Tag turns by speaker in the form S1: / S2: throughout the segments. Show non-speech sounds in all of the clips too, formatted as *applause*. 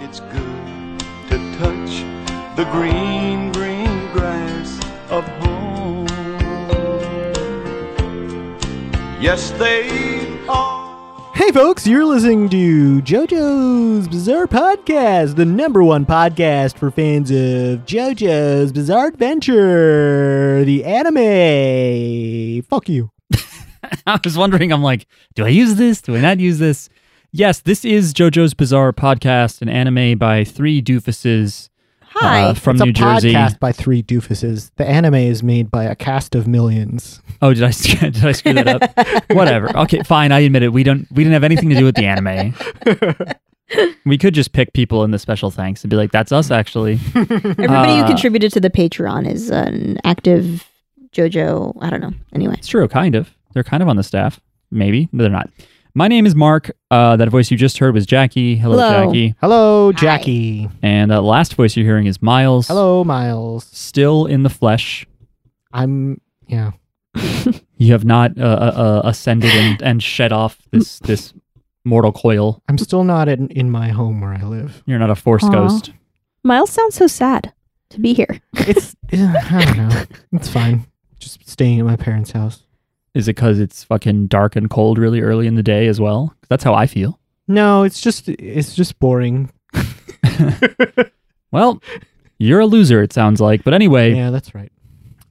S1: it's good to touch the green, green grass of home. Yes, they are.
S2: Hey, folks, you're listening to JoJo's Bizarre Podcast, the number one podcast for fans of JoJo's Bizarre Adventure, the anime. Fuck you.
S3: *laughs* I was wondering, I'm like, do I use this? Do I not use this? Yes, this is JoJo's Bizarre Podcast, an anime by three doofuses
S4: Hi.
S3: uh, from
S2: it's
S3: New
S2: a
S3: Jersey.
S2: podcast by three doofuses. The anime is made by a cast of millions.
S3: Oh, did I *laughs* did I screw that up? Whatever. Okay, fine. I admit it. We don't we didn't have anything to do with the anime. we could just pick people in the special thanks and be like, "That's us." Actually,
S4: Everybody
S3: Uh,
S4: who contributed to the Patreon is an active JoJo. I don't know. Anyway,
S3: it's true. Kind of. They're kind of on the staff. Maybe no, they're not. My name is Mark. Uh, that voice you just heard was Jackie. Hello,
S4: Hello.
S3: Jackie.
S2: Hello, Jackie.
S3: And that last voice you're hearing is Miles.
S2: Hello, Miles.
S3: Still in the flesh.
S2: I'm, yeah.
S3: You have not uh, uh, uh, ascended and, and shed off this this mortal coil.
S2: I'm still not in, in my home where I live.
S3: You're not a force
S4: Aw.
S3: ghost.
S4: Miles sounds so sad to be here.
S2: It's, I don't know. It's fine. Just staying at my parents' house.
S3: Is it because it's fucking dark and cold really early in the day as well? 'Cause That's how I feel.
S2: No, it's just, it's just boring.
S3: Well, you're a loser, it sounds like. But anyway,
S2: Yeah, that's right.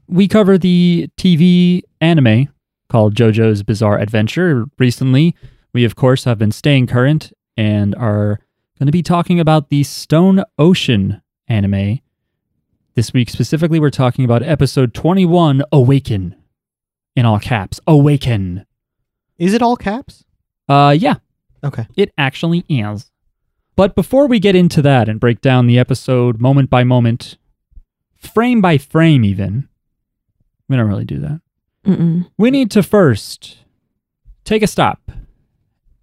S3: we cover the TV anime called JoJo's Bizarre Adventure recently. We, of course, have been staying current and are going to be talking about the Stone Ocean anime. This week, specifically, we're talking about episode 21 Awaken. In all caps, Awaken.
S2: Is it all caps?
S3: Uh, yeah,
S2: Okay.
S3: It actually is. But before we get into that and break down the episode moment by moment, frame by frame, even, we don't really do that.
S4: Mm-mm.
S3: We need to first take a stop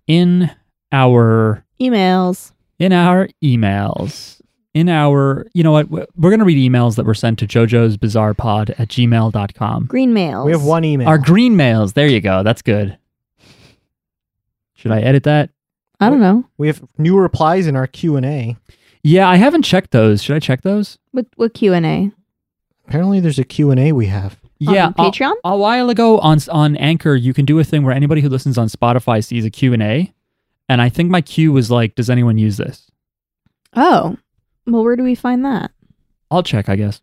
S3: in our
S4: Emails.
S3: in our emails in our you know what we're going to read emails that were sent to jojo's bizarre pod at gmail.com
S4: Green mails.
S2: We have one email.
S3: our green mails there you go that's good should i edit that
S4: I don't know.
S2: we have new replies in our Q&A.
S3: yeah i haven't checked those should i check those
S4: What, what Q&A?
S2: Apparently there's a Q&A we have.
S3: yeah
S4: On
S3: I'll-
S4: Patreon?
S3: a while ago on on Anchor, you can do a thing where anybody who listens on Spotify sees a Q&A, and I think my Q was like, does anyone use this?
S4: Oh. Well, where do we find that?
S3: I'll check, I guess.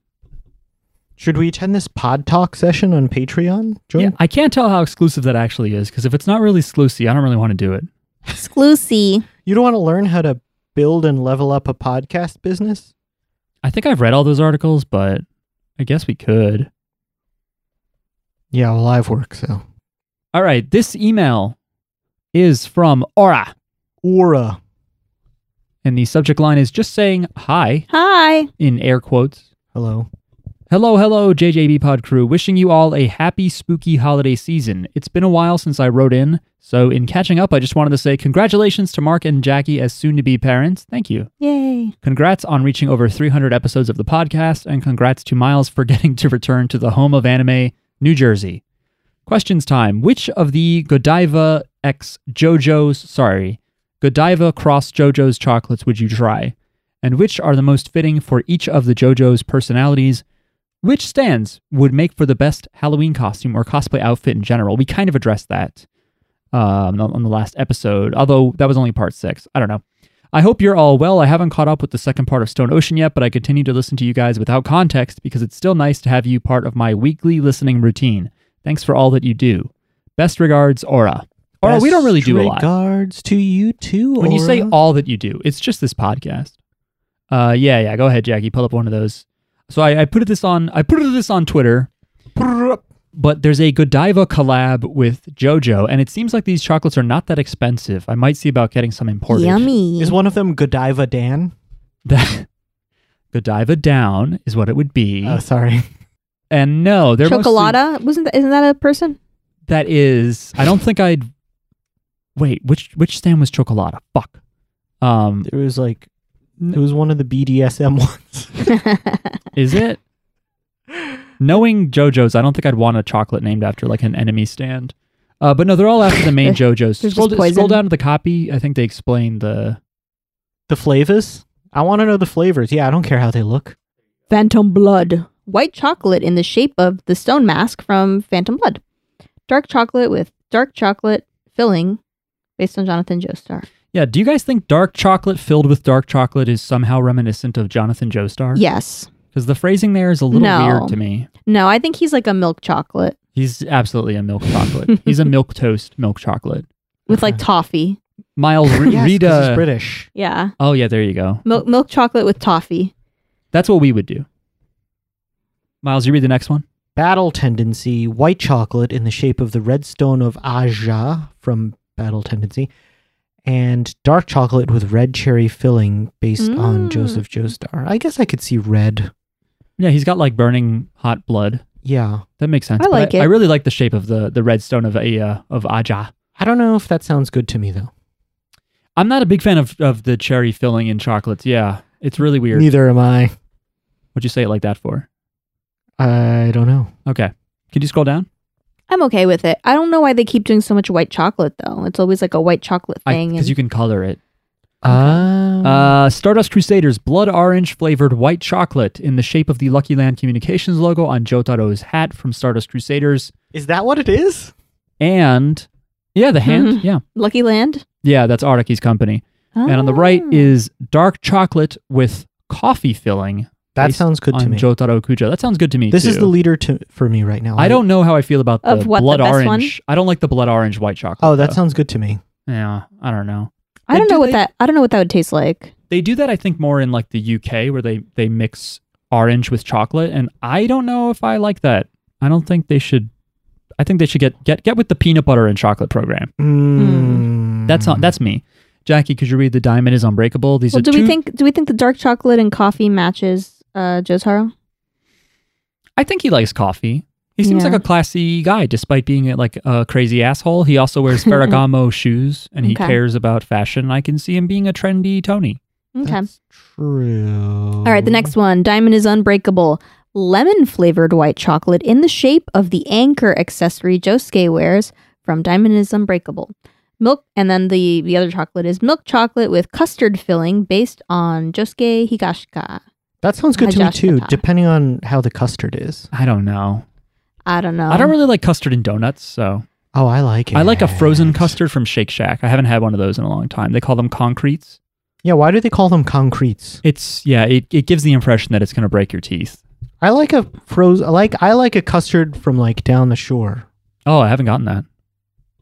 S2: Should we attend this pod talk session on Patreon? Join
S3: Yeah, I can't tell how exclusive that actually is because if it's not really exclusive, I don't really want to do it.
S4: Exclusive.
S2: You don't want to learn how to build and level up a podcast business?
S3: I think I've read all those articles, but I guess we could.
S2: Yeah, well, I've worked, so.
S3: All right, this email is from Aura,
S2: Aura.
S3: and the subject line is just saying hi
S4: Hi.
S3: in air quotes.
S2: Hello.
S3: Hello, hello, JJB Pod crew. Wishing you all a happy, spooky holiday season. It's been a while since I wrote in, so in catching up, I just wanted to say congratulations to Mark and Jackie as soon to be parents. Thank you.
S4: Yay.
S3: Congrats on reaching over 300 episodes of the podcast, and congrats to Miles for *laughs* getting to return to the home of anime, New Jersey. Questions time. Which of the Godiva X JoJo's, sorry, Godiva Cross JoJo's chocolates would you try? And which are the most fitting for each of the JoJo's personalities? Which stands would make for the best Halloween costume or cosplay outfit in general? We kind of addressed that um, on on the last episode, although that was only part six. I don't know. I hope you're all well. I haven't caught up with the second part of Stone Ocean yet, but I continue to listen to you guys without context because it's still nice to have you part of my weekly listening routine. Thanks for all that you do. Best regards, Aura. Aura, we don't really
S2: Best
S3: do a lot.
S2: Regards to you too.
S3: When you say
S2: Aura.
S3: all that you do, it's just this podcast. Uh, yeah, yeah. Go ahead, Jackie. Pull up one of those. So I, I put this on. I put this on Twitter. But there's a Godiva collab with JoJo, and it seems like these chocolates are not that expensive. I might see about getting some imported.
S4: Yummy.
S2: is one of them Godiva Dan?
S3: *laughs* That Godiva down is what it would be.
S2: Oh, sorry. *laughs*
S3: and no, they're mostly-
S4: Chocolata? Wasn't that, isn't that a *laughs* person?
S3: that is. I don't think I'd. Wait, which which stand was Chocolata? Fuck. Um,
S2: There was like, it was one of the BDSM *laughs* ones.
S3: Is it? Knowing JoJo's, I don't think I'd want a chocolate named after like an enemy stand. Uh, but no, they're all after the
S2: *laughs*
S3: main JoJo's.
S4: There's
S3: Scroll,
S4: just
S3: d- scroll
S4: poison.
S3: down to the copy. I think they explain the.
S2: the flavors? I want to know the flavors. Yeah, I don't care how they look.
S4: Phantom Blood. White chocolate in the shape of the stone mask from Phantom Blood. Dark chocolate with dark chocolate filling based on Jonathan Joestar.
S3: Yeah. Do you guys think dark chocolate filled with dark chocolate is somehow reminiscent of Jonathan Joestar?
S4: Yes.
S3: Because the phrasing there is a little
S4: No.
S3: weird to me.
S4: No, I think he's like a milk chocolate
S3: He's absolutely a milk chocolate. He's a milk toast milk chocolate.
S4: with like toffee.
S3: Miles *laughs*
S2: *laughs*
S3: Re- uh,
S2: Yes, 'cause
S3: Rita.
S2: he's British.
S4: Yeah.
S3: Oh yeah, there you go.
S4: Milk milk chocolate with toffee.
S3: That's what we would do. Miles, you read the next one.
S2: Battle Tendency, white chocolate in the shape of the redstone of Aja from Battle Tendency, and dark chocolate with red cherry filling based on
S4: Mm.
S2: Joseph Joestar. I guess I could see red.
S3: Yeah, he's got like burning hot blood.
S2: Yeah.
S3: That makes sense.
S4: I
S3: But
S4: like
S3: I
S4: it.
S3: really like the shape of the the redstone of a uh, of Aja.
S2: I don't know if that sounds good to me though.
S3: I'm not a big fan of of the cherry filling in chocolates. Yeah, it's really weird.
S2: Neither am I.
S3: What'd you say it like that for?
S2: I don't know.
S3: Okay, can you scroll down?
S4: I'm okay with it. I don't know why they keep doing so much white chocolate though. It's always like a white chocolate thing.
S3: Because
S4: and- Oh.
S3: you can color it.
S2: Um,
S3: Uh, Stardust Crusaders blood orange flavored white chocolate in the shape of the Lucky Land Communications logo on Jotaro's hat from Stardust Crusaders.
S2: is that what it is?
S3: And yeah, the hand.
S4: Mhm.
S3: Yeah,
S4: Lucky Land.
S3: yeah, that's Araki's company. And on the right
S4: Ah.
S3: is dark chocolate with coffee filling
S2: That
S3: Based
S2: sounds good to
S3: on
S2: me.
S3: Jotaro Kujo. That sounds good to me.
S2: this is
S3: too.
S2: the leader to for me right now.
S3: I don't know how I feel about the
S4: Of what, the
S3: blood
S4: best
S3: orange.
S4: one?
S3: I don't like the blood orange white chocolate.
S2: Oh, that
S3: though.
S2: sounds good to me.
S3: yeah. I don't know.
S4: I don't
S3: Do
S4: know what
S3: they-
S4: that I don't know what that would taste like.
S3: They do that, I think, more in like the UK where they they mix orange with chocolate, and I don't know if I like that. I don't think they should. I think they should get get get with the peanut butter and chocolate program.
S2: Mm.
S3: That's not that's me. Jackie, could you read the diamond is unbreakable? These
S4: well,
S3: are
S4: do
S3: two.
S4: we think do we think the dark chocolate and coffee matches uh Jotaro?
S3: I think he likes coffee. He seems
S4: Yeah.
S3: like a classy guy, despite being uh, like a crazy asshole. He also
S4: *laughs*
S3: wears Ferragamo shoes, and he
S4: Okay.
S3: cares about fashion. I can see him being a trendy Tony.
S4: Okay.
S2: That's true.
S4: All right, the next one. Diamond is unbreakable. Lemon flavored white chocolate in the shape of the anchor accessory Josuke wears from Diamond is Unbreakable. Milk and then the the other chocolate is milk chocolate with custard filling based on Josuke Higashika.
S2: That sounds good to me too,
S4: Hajashita.
S2: depending on how the custard is.
S3: I don't know.
S4: I don't know.
S3: I don't really like custard in donuts, so
S2: Oh, I like it.
S3: I like a frozen custard from Shake Shack. I haven't had one of those in a long time. They call them concretes.
S2: Yeah, why do they call them concretes?
S3: It's yeah, it, it gives the impression that it's gonna break your teeth.
S2: I like a froze I like I like a custard from like down the shore.
S3: Oh, I haven't gotten that.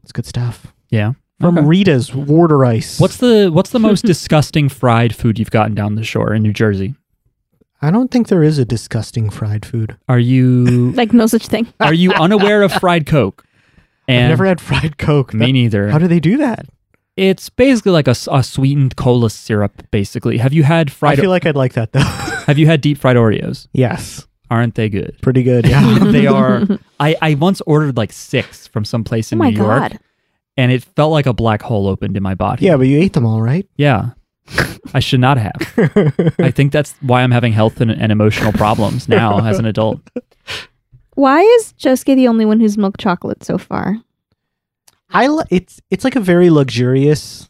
S2: It's good stuff.
S3: Yeah.
S2: From
S3: Okay.
S2: Rita's Warder Ice.
S3: What's the what's the
S4: *laughs*
S3: most disgusting fried food you've gotten down the shore in New Jersey?
S2: I don't think there is a disgusting fried food.
S3: Are you
S4: *laughs* like no such thing.
S3: are you unaware of fried Coke?
S2: *laughs*
S3: And
S2: I've never had fried Coke.
S3: me
S2: That-
S3: neither.
S2: how do they do that?
S3: it's basically like a, s- a sweetened cola syrup. Basically, have you had
S2: I
S3: fried?
S2: feel like I'd like that though. *laughs*
S3: have you had deep fried Oreos?
S2: yes.
S3: Aren't
S2: *laughs*
S3: they good?
S2: Pretty good. Yeah.
S3: they are. I, I once ordered like six from some place
S4: Oh
S3: in
S4: my
S3: New York,
S4: god.
S3: and it felt like a black hole opened in my body.
S2: yeah, but you ate them all, *laughs* right?
S3: yeah. I should not have. I think that's why I'm having health and, and emotional
S2: *laughs*
S3: problems now as an adult.
S4: Why is Josuke the only one who's milk chocolate so far?
S2: I li- it's it's like a very luxurious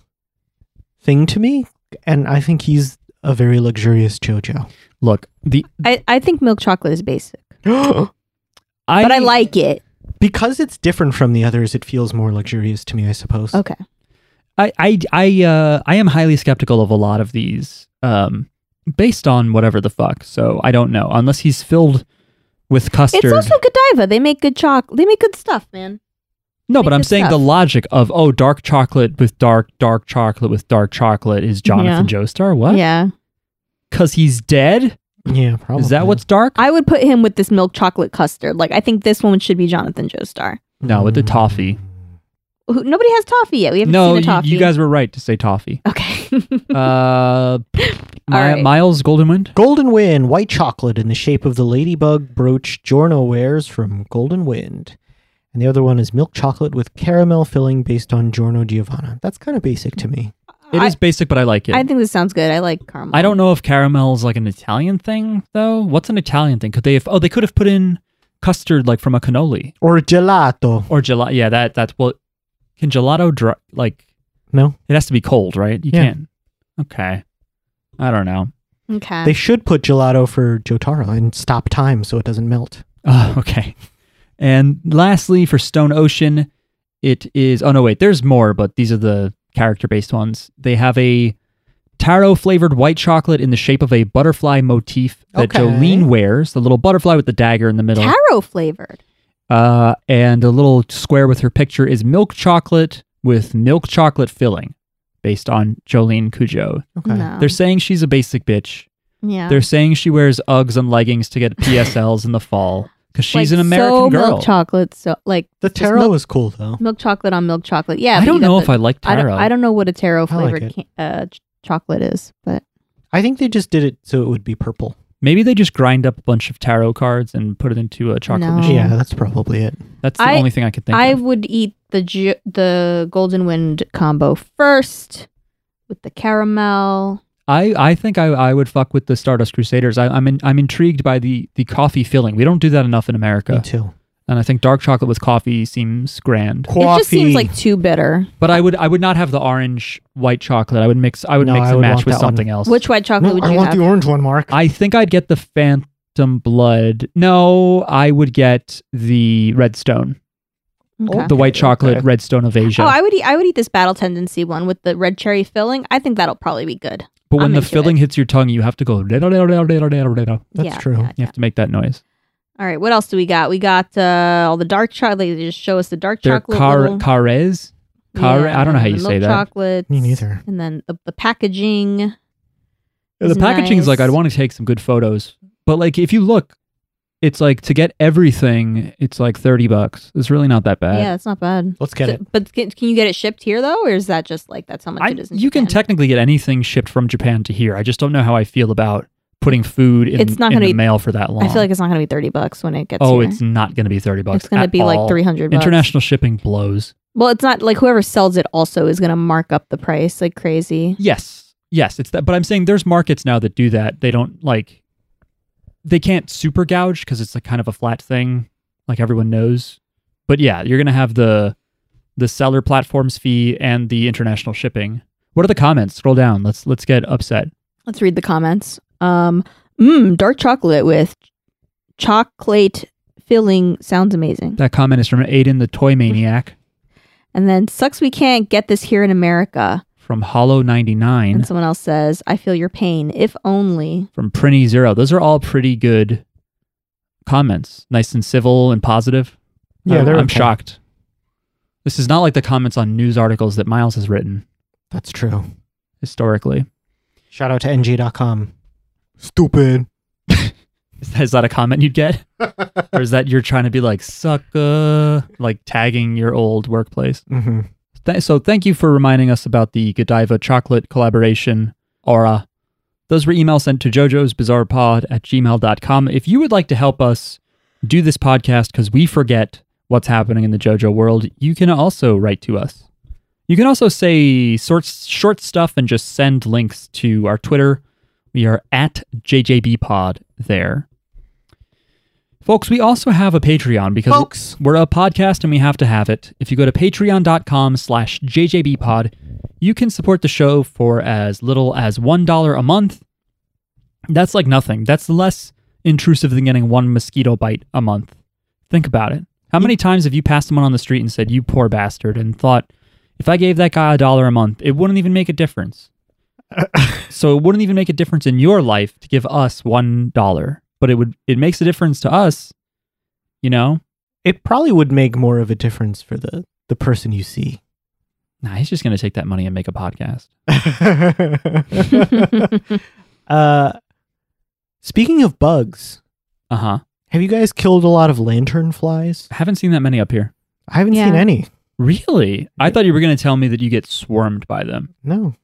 S2: thing to me, and I think he's a very luxurious *gasps* JoJo.
S3: Look, the
S4: I, I think milk chocolate is basic.
S3: I,
S4: but I like it.
S2: because it's different from the others, it feels more luxurious to me, I suppose.
S4: Okay.
S3: I I I uh I am highly skeptical of a lot of these um based on whatever the fuck. So I don't know unless he's filled with custard.
S4: It's also Godiva. They make good choc. They make good stuff, man.
S3: no, but
S4: make
S3: I'm
S4: this
S3: saying the
S4: stuff.
S3: logic of oh dark chocolate with dark dark chocolate with dark chocolate is Jonathan Joestar. What?
S4: Yeah.
S3: Cuz he's dead?
S2: Yeah, probably.
S3: Is that what's dark?
S4: I would put him with this milk chocolate custard. Like I think this one should be Jonathan Joestar.
S3: no, with the toffee.
S4: Who, nobody has toffee yet. We haven't
S3: No,
S4: seen a
S3: you,
S4: toffee.
S3: you guys were right to say
S4: *laughs*
S3: toffee.
S4: Okay.
S3: Uh Mi-
S4: right.
S3: Miles Goldenwind?
S2: Golden Wind, white chocolate in the shape of the ladybug brooch Giorno wears from Golden Wind. And the other one is milk chocolate with caramel filling based on Giorno Giovanna. That's kind of basic to me.
S3: *laughs* It is
S4: I-
S3: basic but I like it.
S4: I think this sounds good. I like caramel.
S3: I don't know if caramel's like an Italian thing though. What's an Italian thing? Could they have? Oh, they could have put in custard like from a cannoli
S2: Or gelato.
S3: or gelato. Yeah, that that's what. Can gelato dry like
S2: No?
S3: it has to be cold, right? You
S2: Yeah.
S3: can't. Okay, I don't know.
S4: Okay.
S2: They should put gelato for Jotaro and stop time so it doesn't melt.
S3: Oh, *laughs* okay. And lastly, for Stone Ocean, it is. Oh, no, wait, there's more, but these are the character based ones. They have a taro flavored white chocolate in the shape of a butterfly motif that
S2: Okay.
S3: Jolene wears, the little butterfly with the dagger in the middle.
S4: Taro flavored.
S3: uh, and the little square with her picture is milk chocolate with milk chocolate filling based on Jolene Cujo.
S2: Okay.
S4: No.
S3: They're saying she's a basic bitch.
S4: yeah.
S3: They're saying she wears Uggs and leggings to
S4: *laughs*
S3: get PSLs in the fall because she's
S4: Like,
S3: an American
S4: so
S3: girl.
S4: Milk chocolate. So like
S2: The
S4: just
S2: taro
S4: milk,
S2: is cool though.
S4: milk chocolate on milk chocolate. Yeah.
S3: I
S4: but you
S3: don't
S4: got
S3: know
S4: the-
S3: if I like
S4: I
S3: taro.
S4: don't, I don't know what a
S2: I
S4: taro
S2: like
S4: flavored
S2: it.
S4: can, uh, ch- chocolate is, but
S2: I think they just did it so it would be purple.
S3: Maybe they just grind up a bunch of tarot cards and put it into a chocolate
S4: No.
S3: machine.
S2: Yeah, that's probably it.
S3: That's the
S4: I-
S3: only thing I could think
S4: I
S3: of.
S4: would eat the ju- the golden wind combo first with the caramel.
S3: I, I think I, I would fuck with the Stardust Crusaders. I, I'm in, I'm intrigued by the the coffee filling. We don't do that enough in
S2: Me
S3: America,
S2: too.
S3: and I think dark chocolate with coffee seems grand.
S4: It just seems like too bitter.
S3: But I would I would not have the orange white chocolate. I would mix I would
S2: No,
S3: mix
S2: I
S3: and
S2: would
S3: match
S2: want
S3: with
S2: that one.
S3: something else.
S4: Which white chocolate
S2: No,
S4: would
S2: I
S4: you
S2: want
S4: have?
S2: the orange one, Mark.
S3: I think I'd get the Phantom Blood. No, I would get the Redstone,
S4: Okay.
S3: the white chocolate
S2: okay.
S3: Redstone of Asia.
S4: Oh, I would eat. I would eat this battle tendency one with the red cherry filling. I think that'll probably be good.
S3: But when
S4: I'm
S3: the
S4: into
S3: filling hits your tongue, you have to go. You
S2: That's
S4: yeah,
S2: true.
S4: yeah, yeah.
S3: have to make that noise.
S4: All right. What else do we got? We got uh, all the dark chocolate. They just show us the dark
S3: They're
S4: chocolate.
S3: car-
S4: little-
S3: cares. car- I don't know how
S4: and
S3: you
S4: the
S3: say
S4: milk
S3: that.
S4: Chocolates,
S2: Me neither.
S4: And then the, the packaging.
S3: The
S4: It's
S3: packaging's like
S4: nice.
S3: I'd want to take some good photos, but like if you look, it's like to get everything, it's like thirty bucks. It's really not that bad.
S4: yeah, that's not bad.
S2: Let's get
S4: So-
S2: it.
S4: But can, can you get it shipped here though, or is that just like that's how much
S3: I,
S4: it is? In
S3: you can
S4: Japan?
S3: technically get anything shipped from Japan to here. I just don't know how I feel about putting food in,
S4: It's not
S3: in
S4: gonna
S3: the
S4: be-
S3: mail for that long.
S4: I feel like it's not going to be thirty bucks when it gets.
S3: oh,
S4: here.
S3: it's not going to be thirty bucks.
S4: it's going to
S3: at
S4: be
S3: all.
S4: like three hundred.
S3: International shipping blows.
S4: Well, it's not like whoever sells it also is going to mark up the price like crazy.
S3: Yes. Yes, it's that but I'm saying there's markets now that do that. They don't like they can't super gouge because it's like kind of a flat thing, like everyone knows. But yeah, you're gonna have the the seller platforms fee and the international shipping. What are the comments? Scroll down. Let's let's get upset.
S4: Let's read the comments. Um, mmm, dark chocolate with chocolate filling sounds amazing.
S3: That comment is from Aiden the Toy Maniac
S4: And then sucks we can't get this here in America.
S3: from Hollow ninety nine
S4: And someone else says, I feel your pain, if
S3: *laughs*
S4: only.
S3: from Prinny Zero. Those are all pretty good comments. Nice and civil and positive.
S2: Yeah,
S3: I'm,
S2: they're
S3: I'm
S2: okay.
S3: shocked. This is not like the comments on news articles that Miles has written
S2: That's true.
S3: historically.
S2: Shout out to ng.com. Stupid.
S3: Is that, is that a comment
S2: *laughs*
S3: you'd get? or is that you're trying to be like, sucker, like tagging your old workplace?
S2: *laughs* Mm-hmm.
S3: Th- so thank you for reminding us about the Godiva chocolate collaboration, Aura. Those were emails sent to Jojo's Bizarre Pod at gmail.com. If you would like to help us do this podcast because we forget what's happening in the JoJo world, you can also write to us. You can also say short, short stuff and just send links to our Twitter. We are at JJBpod there. Folks, we also have a Patreon because
S2: Folks.
S3: we're a podcast and we have to have it. If you go to patreon.com slash JJBpod, you can support the show for as little as $1 a month. That's like nothing. That's less intrusive than getting one mosquito bite a month. Think about it. How many times have you passed someone on the street and said, you poor bastard, and thought, if I gave that guy a dollar a month, it wouldn't even make a difference? so it wouldn't even make a difference in your life to give us one dollar, but it would, it makes a difference to us, you know?
S2: It probably would make more of a difference for the, the person you *laughs* see.
S3: Nah, he's just going to take that money and make a podcast.
S2: uh, speaking of bugs,
S3: Uh huh.
S2: have you guys killed a lot of lantern flies?
S3: Haven't seen that many up here.
S2: I haven't
S4: Yeah.
S2: seen any.
S3: Really? I thought you were going to tell me that you get swarmed by them.
S2: No.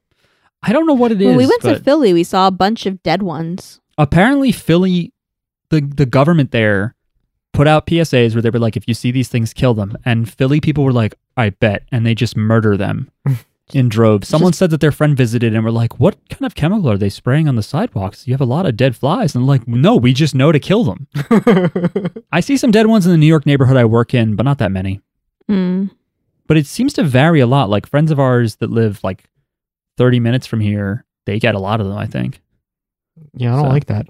S3: I don't know what it is.
S4: *laughs* when we went to
S3: but-
S4: Philly, we saw a bunch of dead ones.
S3: apparently Philly, the the government there put out PSAs where they were like, if you see these things, kill them. And Philly people were like, I bet, and they just murder
S4: *laughs*
S3: them in droves. Someone said that their friend visited and were like, what kind of chemical are they spraying on the sidewalks? You have a lot of dead flies, and like, no, we just know to kill
S4: *laughs*
S3: them. I see some dead ones in the New York neighborhood I work in, but not that many
S4: Mm.
S3: but it seems to vary a lot. Like friends of ours that live like 30 minutes from here, they get a lot of them, I think.
S2: Yeah, I don't
S3: So-
S2: like that.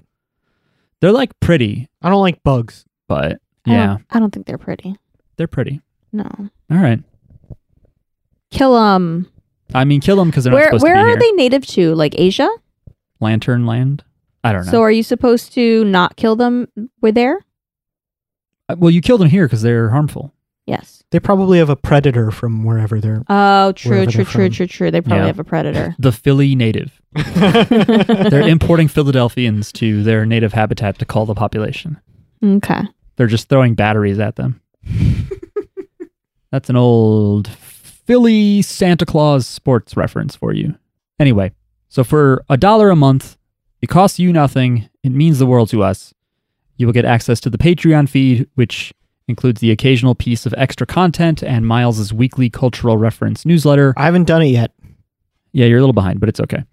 S3: They're like pretty,
S2: I don't like bugs.
S3: but
S4: I
S3: yeah,
S4: don't, I don't think they're pretty.
S3: they're pretty.
S4: No.
S3: All right.
S4: Kill um.
S3: I mean, kill them because they're not
S4: Where
S3: supposed
S4: where
S3: to be
S4: are
S3: here.
S4: they native to? Like Asia?
S3: Lantern Land. I don't know.
S4: So are you supposed to not kill them? We're there.
S3: Uh, well, you killed them here because they're harmful.
S4: Yes.
S2: They probably have a predator from wherever they're.
S4: Oh, true,
S2: Wherever
S4: true,
S2: they're
S4: true,
S2: from.
S4: true, true. They probably
S3: Yeah.
S4: have
S2: *laughs*
S4: a predator.
S3: The Philly native. They're importing Philadelphians to their native habitat to call the population.
S4: okay.
S3: They're just throwing batteries at them. That's an old Philly Santa Claus sports reference for you. Anyway, so for a dollar a month, it costs you nothing. It means the world to us. You will get access to the Patreon feed, which includes the occasional piece of extra content and Miles's weekly cultural reference newsletter.
S2: I haven't done it yet.
S3: Yeah, you're a little behind, but it's okay.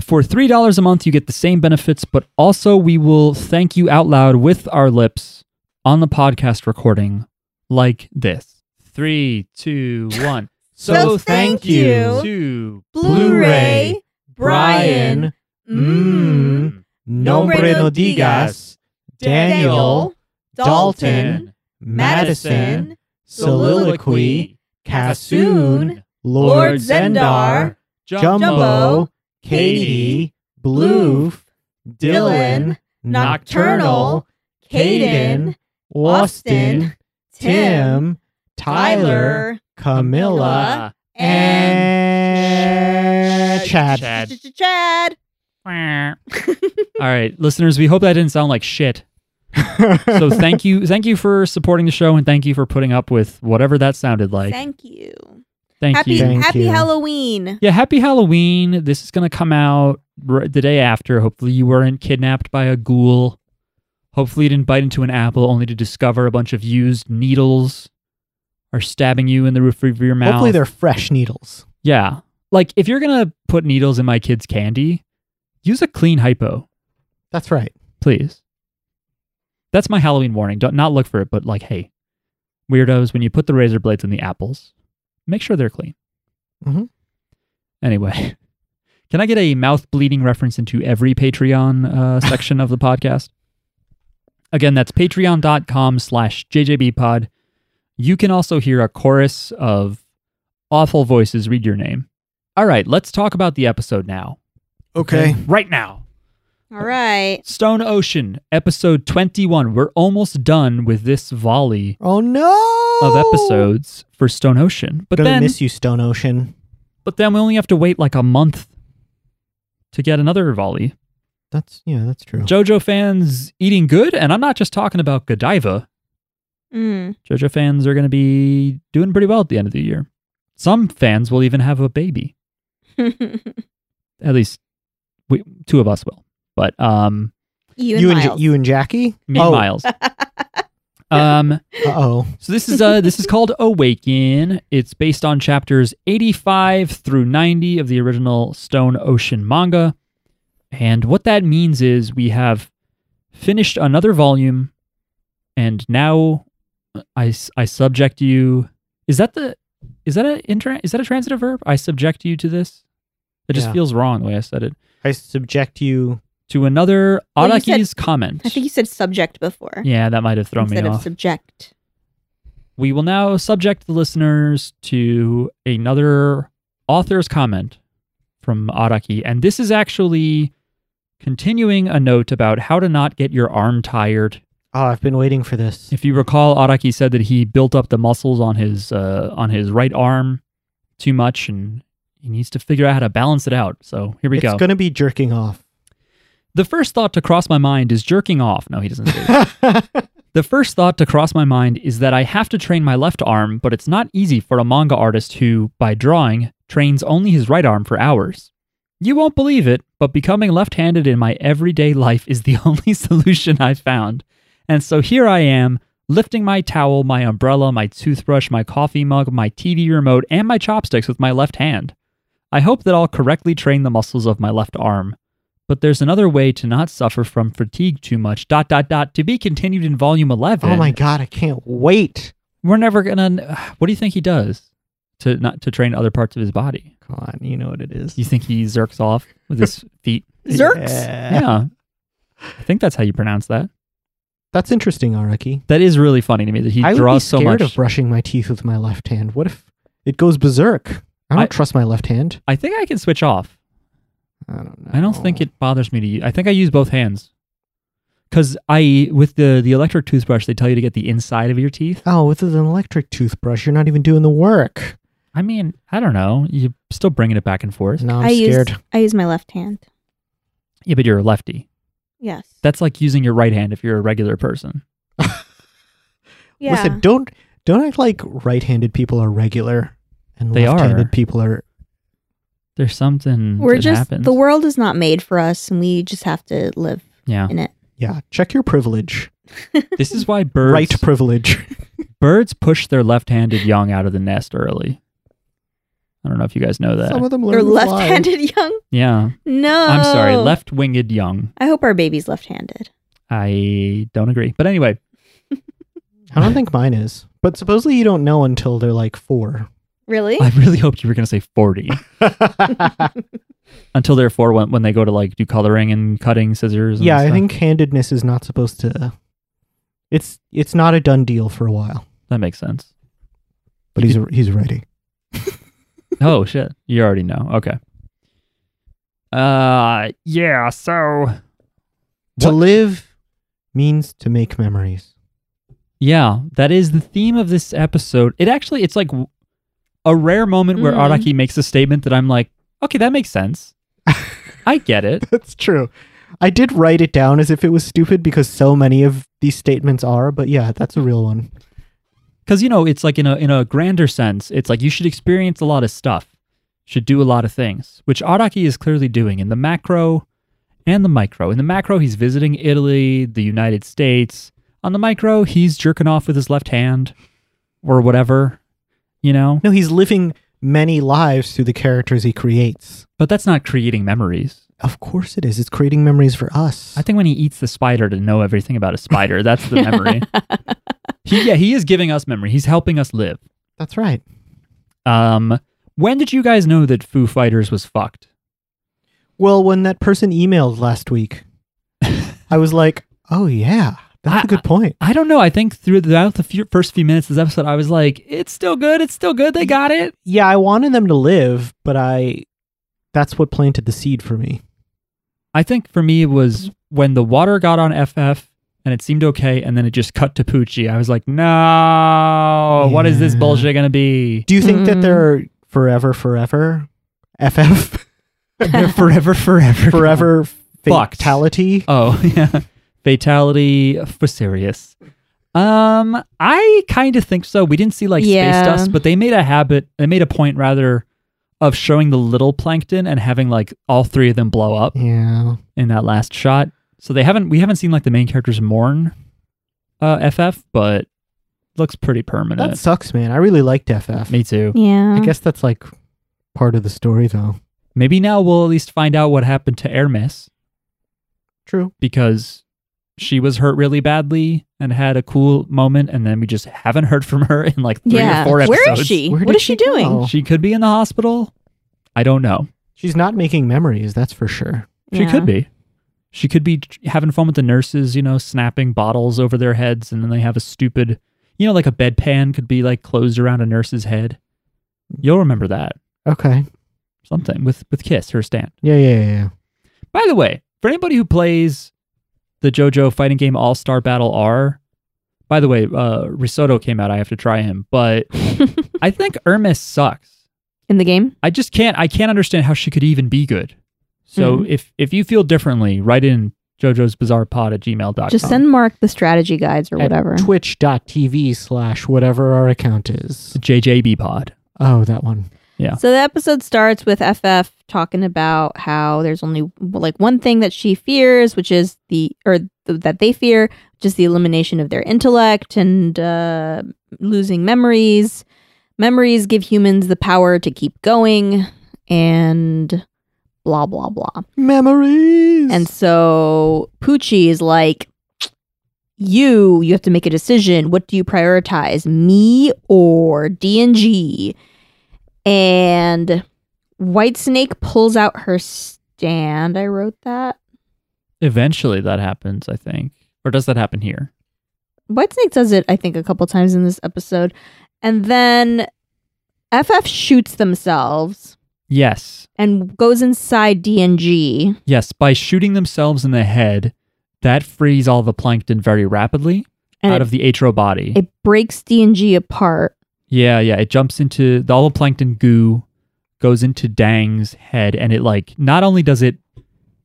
S3: For $3 a month, you get the same benefits, but also we will thank you out loud with our lips on the podcast recording like this. Three, two, one.
S2: So
S4: thank you
S3: to
S2: Blu-ray,
S4: Brian,
S2: mm, Nombre no digas. Daniel. Dalton. Madison. Soliloquy. Cassoon. Lord
S4: Lord
S2: Zendar.
S4: Zendar,
S2: Jumbo.
S4: Jumbo,
S2: Katie. Bloof. Dylan.
S4: Dylan, Nocturnal,
S2: Caden.
S4: Caden,
S2: Austin.
S4: Austin,
S2: Tim. Tyler.
S4: Tyler,
S2: Camilla.
S4: Camilla, and
S2: And Chad.
S3: Chad.
S4: Chad. *laughs*
S3: All right, listeners, we hope that didn't sound like shit.
S2: *laughs*
S3: so thank you thank you for supporting the show and thank you for putting up with whatever that sounded like thank,
S4: Thank you.
S3: you
S4: happy
S2: Thank
S4: Happy
S2: you.
S4: Halloween.
S3: yeah happy halloween this is going to come out r- the day after hopefully you weren't kidnapped by a ghoul hopefully you didn't bite into an apple only to discover a bunch of used needles are stabbing you in the roof of your mouth
S2: Hopefully, they're fresh needles.
S3: yeah like if you're going to put needles in my kids candy use a clean hypo
S2: That's right.
S3: please. That's my Halloween warning. Don't not look for it, but like, hey, weirdos, when you put the razor blades in the apples, make sure they're clean.
S2: Mhm.
S3: Anyway, *laughs* can I get a mouth bleeding reference into every Patreon
S2: *laughs*
S3: uh, section of the podcast? Again, that's patreon.com slash jjbpod. You can also hear a chorus of awful voices read your name. All right, let's talk about the episode now. Right now.
S4: All right.
S3: Stone Ocean, episode 21. We're almost done with this volley
S2: Oh no!
S3: of episodes for Stone Ocean. But
S2: Gonna
S3: then
S2: miss you, Stone Ocean.
S3: but then we only have to wait like a month to get another volley.
S2: That's yeah, that's true.
S3: JoJo fans eating good, and I'm not just talking about Godiva.
S4: Mm. *laughs*
S3: JoJo fans are going to be doing pretty well at the end of the year. Some fans will even have a baby. At least we, two of us will. But um
S4: you
S2: you,
S4: and
S2: and Ja-
S4: Miles.
S2: you and Jackie. Oh,
S3: me and Miles. um
S2: Uh oh.
S3: So this is uh this is called Awaken. It's based on chapters 85 through 90 of the original Stone Ocean manga. And what that means is we have finished another volume and now I, s- I subject you Is that the is that a inter, is that a transitive verb? I subject you to this? It just
S2: Yeah.
S3: feels wrong the way I said it.
S2: I subject you.
S3: To another
S4: Well, you
S3: Araki's
S4: said-
S3: comment.
S4: I think you said subject before
S3: yeah, that might have thrown
S4: instead
S3: me
S4: of
S3: off.
S4: subject.
S3: we will now subject the listeners to another author's comment from Araki. And this is actually continuing a note about how to not get your arm tired.
S2: Oh, I've been waiting for this.
S3: If you recall, Araki said that he built up the muscles on his uh, on his right arm too much and he needs to figure out how to balance it out. So here we
S2: it's
S3: go.
S2: gonna be jerking off. *laughs*
S3: the first thought to cross my mind is jerking off. No, he doesn't say that.
S2: Oh
S3: The first thought to cross my mind is that I have to train my left arm, but it's not easy for a manga artist who, by drawing, trains only his right arm for hours. You won't believe it, but becoming left handed in my everyday life is the *laughs* only solution I've found. And so here I am, lifting my towel, my umbrella, my toothbrush, my coffee mug, my TV remote, and my chopsticks with my left hand. I hope that I'll correctly train the muscles of my left arm but there's another way to not suffer from fatigue too much. Dot dot dot. To be continued in volume eleven.
S2: oh my god, I can't wait.
S3: *sighs* We're never gonna. What do you think he does? to not to train other parts of his body.
S2: Come on, you know what it is.
S3: You think he zerks off with his feet?
S4: Zerks?
S2: Yeah.
S3: Yeah. *laughs* I think that's how you pronounce that.
S2: That's interesting, Araki.
S3: That is really funny to me that he
S2: I would be
S3: draws so
S2: scared
S3: much.
S2: of brushing my teeth with my left hand. What if it goes berserk? I don't
S3: I-
S2: trust my left hand.
S3: I think I can switch off.
S2: I don't know.
S3: I don't
S2: Oh.
S3: think it bothers me to use. I think I use both hands. Cuz I with the the electric toothbrush they tell you to get the inside of your teeth.
S2: Oh, with an electric toothbrush, you're not even doing the work.
S3: I mean, I don't know. You're still bringing it back and forth.
S2: No, I'm
S4: I
S2: scared.
S4: use I use my left hand.
S3: Yeah, but you're a lefty.
S4: Yes.
S3: That's like using your right hand if you're a regular person.
S4: yeah.
S2: Listen, don't don't act like right-handed people are regular and
S3: They are.
S2: left-handed people are
S3: There's something
S4: We're
S3: that
S4: just
S3: happens.
S4: the world is not made for us, and we just have to live *laughs*
S3: yeah.
S4: in it.
S2: yeah, check your privilege.
S3: This is why birds
S2: Right privilege.
S3: birds push their left-handed young out of the nest early. I don't know if you guys know *laughs* that.
S2: Some of them learn
S4: Or
S2: to fly.
S4: left-handed *laughs* young?
S3: yeah.
S4: No.
S3: I'm
S2: Oh.
S3: sorry, left-winged young.
S4: I hope our baby's left-handed.
S3: I don't agree. But anyway,
S2: I don't think mine is. But supposedly you don't know until they're like
S3: *laughs*
S4: *laughs*
S2: 4.
S4: Really?
S3: I really hoped you were going to
S2: *laughs*
S3: say 40 until they're four when, when they go to like do coloring and cutting scissors. And
S2: yeah, I
S3: stuff.
S2: think handedness is not supposed to it's it's not a done deal for a while.
S3: that makes sense.
S2: But he's he's ready.
S3: oh, shit. You already know. Okay. Uh, yeah. So,
S2: To
S3: What-
S2: live means to make
S3: *laughs*
S2: memories.
S3: yeah, that is the theme of this episode. It actually, it's like w- a rare moment where
S2: Mm-hmm.
S4: Mhm.
S3: Araki makes a statement that I'm like, okay, that makes sense.
S2: *laughs*
S3: I get it.
S2: That's true. I did write it down as if it was stupid because so many of these statements are, but yeah, that's a real one.
S3: because you know it's like in a in a grander sense it's like you should experience a lot of stuff should do a lot of things which araki is clearly doing in the macro and the micro in the macro he's visiting italy the united states on the micro he's jerking off with his left hand or whatever you know
S2: No, he's living many lives through the characters he creates.
S3: but that's not creating memories
S2: Of course it is. It's creating memories for us.
S3: i think when he eats the spider to know everything about a spider that's the memory he, yeah he is giving us memory he's helping us live
S2: that's right.
S3: um when did you guys know that foo fighters was fucked
S2: Well, when that person emailed last week,
S3: *laughs*
S2: I was like, "Oh yeah, that's a
S3: I-
S2: good point."
S3: I don't know. I think throughout the few, first few minutes of this episode, I was like, it's still good. It's still good.
S2: Mm-hmm.
S3: They got it.
S2: Yeah, I wanted them to live, but I that's what planted the seed for me.
S3: I think for me, it was when the water got on FF and it seemed okay. And then it just cut to Poochie. I was like, no, what is this
S2: Yeah.
S3: bullshit going
S2: *laughs*
S3: to be?
S2: Do you think that
S4: Mm.
S2: they're forever forever FF
S3: *laughs* forever, forever.
S2: forever
S3: Fucked.
S2: fatality?
S3: Oh, *laughs* yeah. Fatality for serious. Um, I kind of think so. We didn't see like
S4: Yeah.
S3: space dust, but they made a habit, they made a point rather of showing the little plankton and having like all three of them blow up.
S2: Yeah.
S3: in that last shot. So they haven't we haven't seen like the main characters mourn uh FF, but looks pretty permanent.
S2: That sucks, man. I really liked FF.
S3: Me too.
S4: yeah.
S2: I guess that's like part of the story though.
S3: Maybe now we'll at least find out what happened to Hermes
S2: True.
S3: because she was hurt really badly and had a cool moment and then we just haven't heard from her in like three
S4: yeah.
S3: or four episodes.
S4: Where is she?
S2: Where
S4: what
S2: did
S4: is she
S2: she go?
S4: doing?
S3: She could be in the hospital. I don't know.
S2: She's not making memories, that's for sure.
S3: She
S4: Yeah.
S3: could be. She could be tr- having fun with the nurses, you know, snapping bottles over their heads, and then they have a stupid, you know, like a bedpan could be like closed around a nurse's head. You'll remember that
S2: Okay.
S3: something with with Kiss her stand.
S2: Yeah, yeah, yeah. yeah.
S3: By the way, for anybody who plays the JoJo fighting game All Star Battle R, by the way, uh, Risotto came out. I have to try him, but I think Ermis sucks.
S4: In the game?
S3: I just can't I can't understand how she could even be good. So
S4: Hmm.
S3: if if you feel differently, write in Jojo's Bizarre Pod at gmail.com.
S4: Just send Mark the strategy guides or
S2: At
S4: whatever.
S2: Twitch.tv slash whatever our account is.
S3: JJB Pod.
S2: Oh, that one.
S4: So the episode starts with FF talking about how there's only like one thing that she fears, which is the or th- that they fear, which is the elimination of their intellect and uh, losing memories. Memories give humans the power to keep going, and blah blah blah.
S2: Memories.
S4: And so Poochie is like, you, you have to make a decision. What do you prioritize, me or D and G? And White Snake pulls out her stand. I wrote that.
S3: Eventually that happens, I think. Or does that happen here?
S4: White Snake does it, I think, a couple times in this episode. And then FF shoots themselves
S3: Yes.
S4: and goes inside DNG.
S3: Yes. By shooting themselves in the head, that frees all the plankton very rapidly
S4: And
S3: out
S4: it,
S3: of the atro body.
S4: it breaks DNG apart.
S3: yeah, yeah. It jumps into the, all the plankton goo, goes into Dang's head, and it like not only does it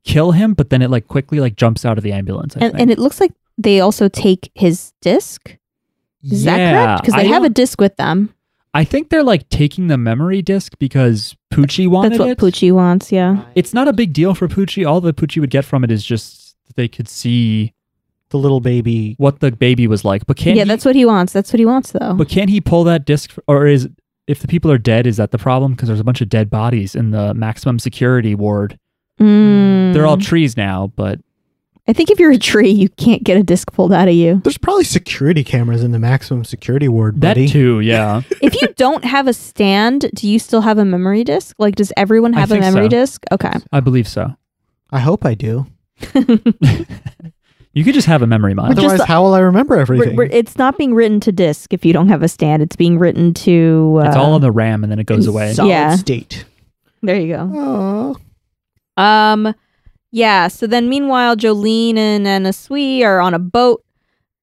S3: kill him, but then it like quickly like jumps out of the ambulance. I
S4: And,
S3: think.
S4: and it looks like they also take his disc. Is that correct? Because
S3: I
S4: they have a
S3: don't-
S4: disc with them.
S3: I think they're like taking the memory disk because Poochie wanted
S4: That's what
S3: it.
S4: Poochie wants, yeah.
S3: It's not a big deal for Poochie. All that Poochie would get from it is just that they could see
S2: The little baby.
S3: what the baby was like. But can
S4: yeah,
S3: he,
S4: that's what he wants. That's what he wants, though.
S3: but can he pull that disc? Or is if the people are dead, is that the problem? Because there's a bunch of dead bodies in the maximum security ward.
S4: Mm.
S3: They're all trees now, but
S4: I think if you're a tree, you can't get a disc pulled out
S3: *laughs*
S4: of you.
S2: There's probably security cameras in the maximum security ward,
S3: that
S2: buddy.
S3: too. Yeah,
S4: if you don't have a stand, do you still have a memory disc? Like, does everyone
S3: I
S4: have a
S3: think
S4: memory
S3: so.
S4: disc? Okay.
S3: I believe so.
S2: I hope I do.
S3: You could just have a memory mod.
S4: just-
S2: Otherwise, how will I remember
S4: We're,
S2: everything?
S4: we're, it's not being written to disc if you don't have a stand. It's being written to. Uh,
S3: it's all on the RAM, and then it goes away.
S4: So-
S2: Solid
S4: Yeah.
S2: state.
S4: there you go.
S2: Aw.
S4: Um, yeah. So then, meanwhile, Jolene and Anna Sui are on a boat.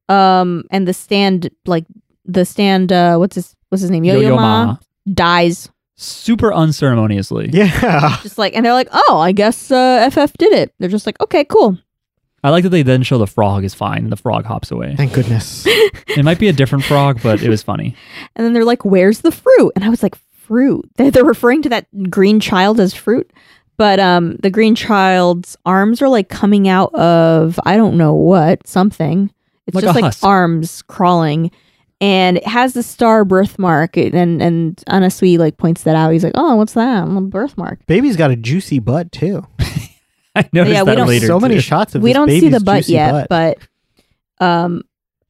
S4: Um, and the stand, like the stand, uh, what's his what's his name? Yo Yo Ma dies.
S3: super unceremoniously.
S2: Yeah. *laughs*
S4: Just like, and they're like, oh, I guess uh, FF did it. They're just like, okay, cool.
S3: I like that they then show the frog is fine, and the frog hops away.
S2: Thank goodness.
S3: it might be a different frog, but it was funny. *laughs*
S4: And then they're like, where's the fruit? And I was like, fruit. *laughs* They're, they're referring to that green child as fruit. But um, the green child's arms are like coming out of, I don't know what, something. It's
S3: Like
S4: just
S3: a
S4: like
S3: husk.
S4: arms crawling. And it has the star birthmark. It- And, and Anasui like points that out. He's like, oh, what's that? A birthmark.
S2: Baby's got a juicy butt too.
S3: I noticed
S4: Yeah, we
S3: that
S4: don't-
S3: later.
S2: so many
S3: too.
S2: shots of
S4: we
S2: this
S4: don't see
S2: baby's
S4: the butt
S2: juicy
S4: yet, but um,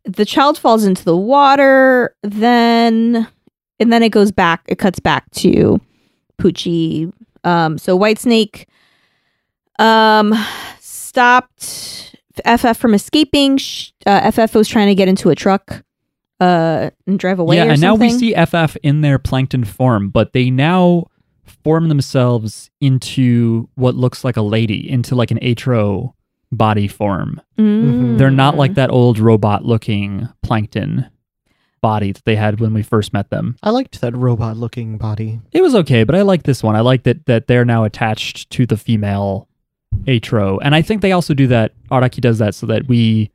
S4: the child falls into the water. Then and then it goes back. It cuts back to Poochie. Um, so White Snake um stopped FF from escaping. Sh- Uh, FF was trying to get into a truck uh and drive away.
S3: yeah,
S4: or
S3: and now we see
S4: something.
S3: FF in their plankton form, but they now form themselves into what looks like a lady, into like an atro body form.
S4: Mm-hmm.
S2: Mhm.
S3: They're not
S4: Mm.
S3: like that old robot looking plankton body that they had when we first met them.
S2: I liked that robot looking body.
S3: It was okay, but I like this one. I like that that they're now attached to the female atro. And I think they also do that Araki does that so that we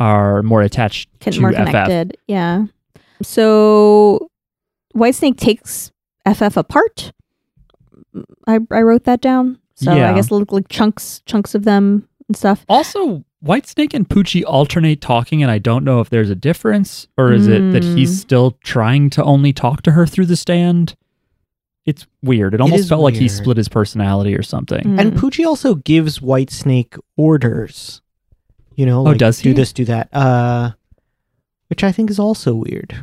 S3: are more attached
S4: Can-
S3: to
S4: more
S3: FF.
S4: connected. Yeah. So White Snake takes FF apart. Mm, I I wrote that down. So
S3: Yeah.
S4: I guess look like chunks chunks of them and stuff.
S3: Also, Whitesnake and Poochie alternate talking, and I don't know if there's a difference or is it that
S4: Mm.
S3: he's still trying to only talk to her through the stand. It's weird. It almost
S2: is
S3: felt like he
S2: weird. Hmm.
S3: split his personality or something.
S2: And
S4: Mm.
S2: Poochie also gives White Snake orders. You know, like
S3: does
S2: do
S3: he?
S2: this, do that. Uh which I think is also weird.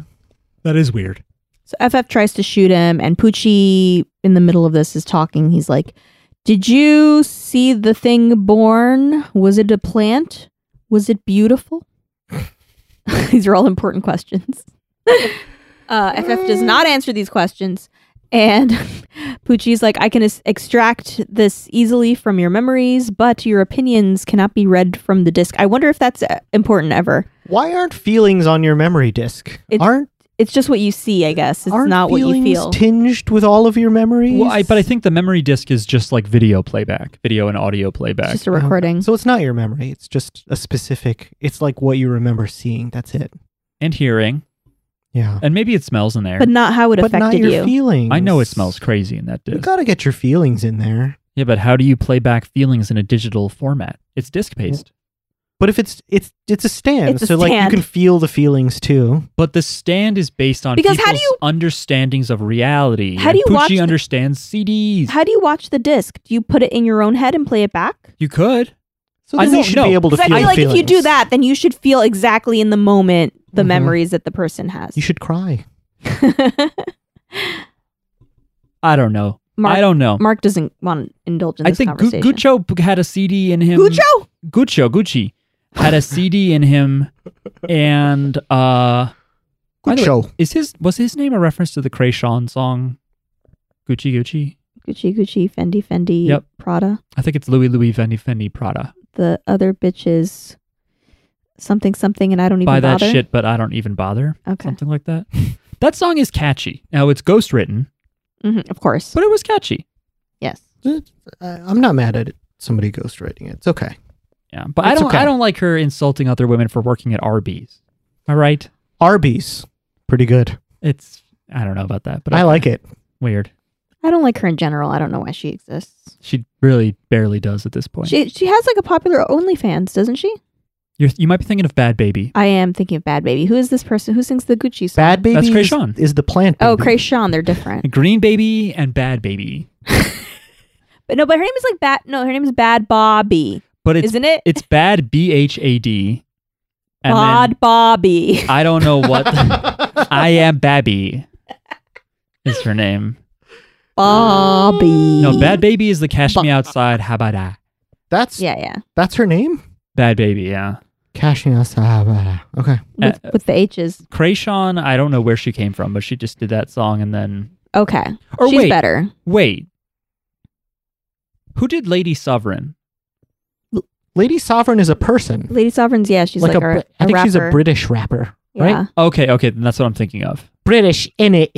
S3: That is weird.
S4: So FF tries to shoot him and Poochie in the middle of this is talking. He's like, "Did you see the thing born? Was it a plant? Was it beautiful?" *laughs* these are all important questions. *laughs* uh, FF
S2: Mm.
S4: does not answer these questions. And *laughs* Poochie's like, I can es- extract this easily from your memories, but your opinions cannot be read from the disc. I wonder if that's uh, important ever.
S2: Why aren't feelings on your memory disk?
S4: It's-
S2: aren't
S4: It's just what you see, I guess. It's
S2: aren't
S4: not what you
S2: feelings
S4: feel.
S2: tinged with all of your memories?
S3: Well, I, but I think the memory disk is just like video playback, video and audio
S4: it's
S3: playback.
S4: just a recording.
S2: Uh-huh. So it's not your memory. It's just a specific. It's like what you remember seeing. That's it.
S3: and hearing,
S2: Yeah.
S3: and maybe it smells in there.
S4: but not how it
S2: but not
S4: affected
S2: your
S4: you.
S2: feelings.
S3: I know it smells crazy in that
S2: You
S3: disc.
S2: gotta get your feelings in there.
S3: yeah, but how do you play back feelings in a digital format? It's disc based.
S2: But if it's it's it's a stand,
S4: It's a
S2: so like you
S4: stand.
S2: can feel the feings too.
S3: But the stand is based on
S4: Because
S3: people's
S4: how do you-
S3: understandings of reality.
S4: How do
S3: And
S4: you watch
S3: Pucci
S4: the-
S3: understands CDs.
S4: How do you watch the disc? Do you put it in your own head and play it back?
S3: you could.
S2: So
S3: I
S2: then you
S3: don't
S2: should
S3: know.
S2: be able to
S4: Because I
S2: feel.
S4: feel
S2: the
S4: like if you do
S2: feelings.
S4: that, then you should feel exactly in the moment the
S3: Mm-hmm.
S2: Mhm.
S4: *laughs* memories that the person has.
S2: you should cry.
S3: I don't know.
S4: Mark,
S3: I don't know.
S4: Mark doesn't want to indulge in
S3: I
S4: this
S3: think Gu-
S4: conversation.
S3: Guccio p- had a CD in him.
S4: Guccio!
S3: Guccio, Gucci had a CD in him, and uh, by the way,
S2: Guccio.
S3: is his was his name a reference to the Krayshawn song, Gucci Gucci?
S4: Gucci, Gucci, Fendi, Fendi,
S3: Yep.
S4: Prada.
S3: I think it's Louis Louis Fendi Fendi Prada.
S4: The other bitches, something, something, and I don't even
S3: Buy that
S4: bother.
S3: shit, but I don't even bother.
S4: Okay.
S3: Something like that. *laughs* that song is catchy. Now it's ghostwritten,
S4: hmm of course.
S3: but it was catchy.
S4: Yes.
S2: I- Uh, I'm not mad at it. somebody ghostwriting it. It's okay.
S3: Yeah, but I
S2: It's
S3: don't.
S2: okay.
S3: I don't like her insulting other women for working at Arby's. Am I right?
S2: Arby's, pretty good.
S3: It's I don't know about that, but
S2: I
S3: okay.
S2: like it.
S3: Weird.
S4: I don't like her in general. I don't know why she exists.
S3: She really barely does at this point.
S4: She she has like a popular OnlyFans, doesn't she?
S3: You're, you might be thinking of Bad Baby.
S4: I am thinking of Bad Baby. Who is this person? Who sings the Gucci song?
S2: Bad baby
S3: That's
S2: is,
S3: Krayshawn.
S2: is the plant.
S4: Oh,
S2: baby.
S4: Cray Sean. They're different. *laughs*
S3: Green Baby and Bad Baby.
S4: But no, but her name is like Bad. No, her name is Bad Bobby,
S3: But it's
S4: isn't it?
S3: it's Bad B H A D. And
S4: Bad Bobby. *laughs*
S3: then I don't know what I am Babby is her name.
S4: Bobby.
S3: No, Bad Baby is the Cash Me Outside Habada.
S2: That's
S4: Yeah, yeah.
S2: that's her name.
S3: Bad Baby, yeah.
S2: Cashing us. Okay.
S4: With,
S3: Uh,
S4: with the H's.
S3: Krayshawn, I don't know where she came from, but she just did that song and then
S4: Okay.
S3: Or
S4: She's
S3: wait,
S4: better.
S3: wait. Who did Lady Sovereign?
S2: Lady Sovereign is a person.
S4: Lady Sovereign's. Yeah, she's like,
S2: Bri-
S4: a,
S2: I
S4: a
S2: think
S4: rapper.
S2: she's a British rapper, right?
S4: Yeah.
S3: Okay, okay, then that's what I'm thinking of.
S2: British in it.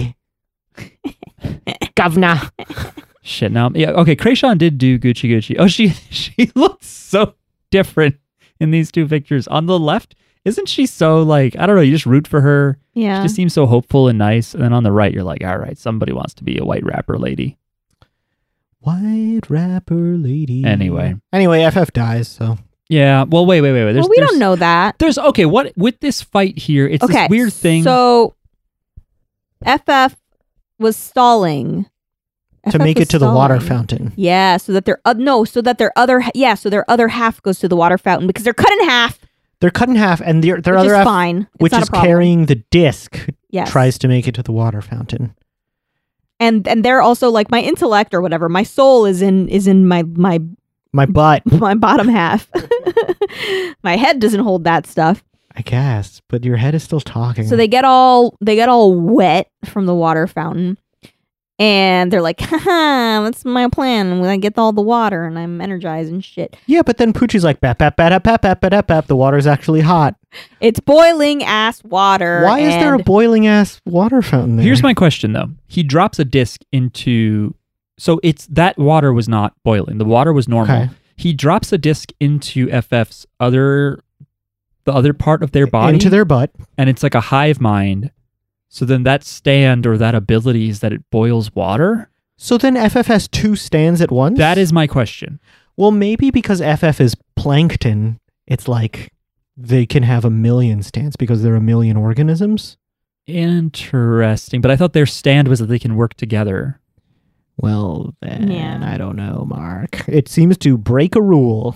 S2: Governor.
S3: Shit. Now, yeah. Okay. Krayshawn did do Gucci Gucci. Oh, she *laughs* she looks so different in these two pictures. On the left, isn't she so like I don't know? You just root for her. She
S4: Yeah.
S3: just seems so hopeful and nice. And then on the right, you're like, all right, somebody wants to be a white rapper lady.
S2: White rapper lady.
S3: Anyway.
S2: Anyway, FF dies, so.
S3: Yeah. Well, wait, wait, wait, wait. There's,
S4: well, we
S3: there's-
S4: don't know that.
S3: There's okay. What with this fight here? It's
S4: okay.
S3: this weird thing.
S4: So, FF was stalling
S2: to
S4: FF
S2: make
S4: was
S2: it to the water
S4: stalling.
S2: fountain.
S4: Yeah, so that their uh, no, so that their other h- yeah, so their other half goes to the water fountain because they're cut in half.
S2: They're cut in half, and their, their
S4: which
S2: other
S4: is
S2: half,
S4: fine. It's
S2: which
S4: not
S2: is
S4: a problem.
S2: carrying the disc,
S4: yes.
S2: tries to make it to the water fountain.
S4: and and they're also like my intellect or whatever. My soul is in is in my my *laughs*
S2: My butt,
S4: my bottom half. *laughs* my head doesn't hold that stuff.
S2: I guess, but your head is still talking.
S4: So they get all they get all wet from the water fountain. And they're like, haha, that's my plan. When I get all the water and I'm energized and shit.
S2: yeah, but then Poochie's like, bap, bap, bap, bap, bap, bap, bap, bap. The water's actually hot.
S4: It's boiling ass water.
S2: Why is there a
S4: Er, and-
S2: boiling ass water fountain there?
S3: Here's my question though. He drops a disc into so it's that water was not boiling. The water was normal.
S2: Okay.
S3: He drops a disc into FF's other the other part of their body
S2: into their butt.
S3: and it's like a hive mind. So then that stand or that ability is that it boils water?
S2: So then FF has two stands at once?
S3: That is my question.
S2: Well, maybe because FF is plankton, it's like they can have a million stands because they're a million organisms.
S3: Interesting. But I thought their stand was that they can work together.
S2: Well, then
S4: Yeah.
S2: I don't know, Mark. It seems to break a rule.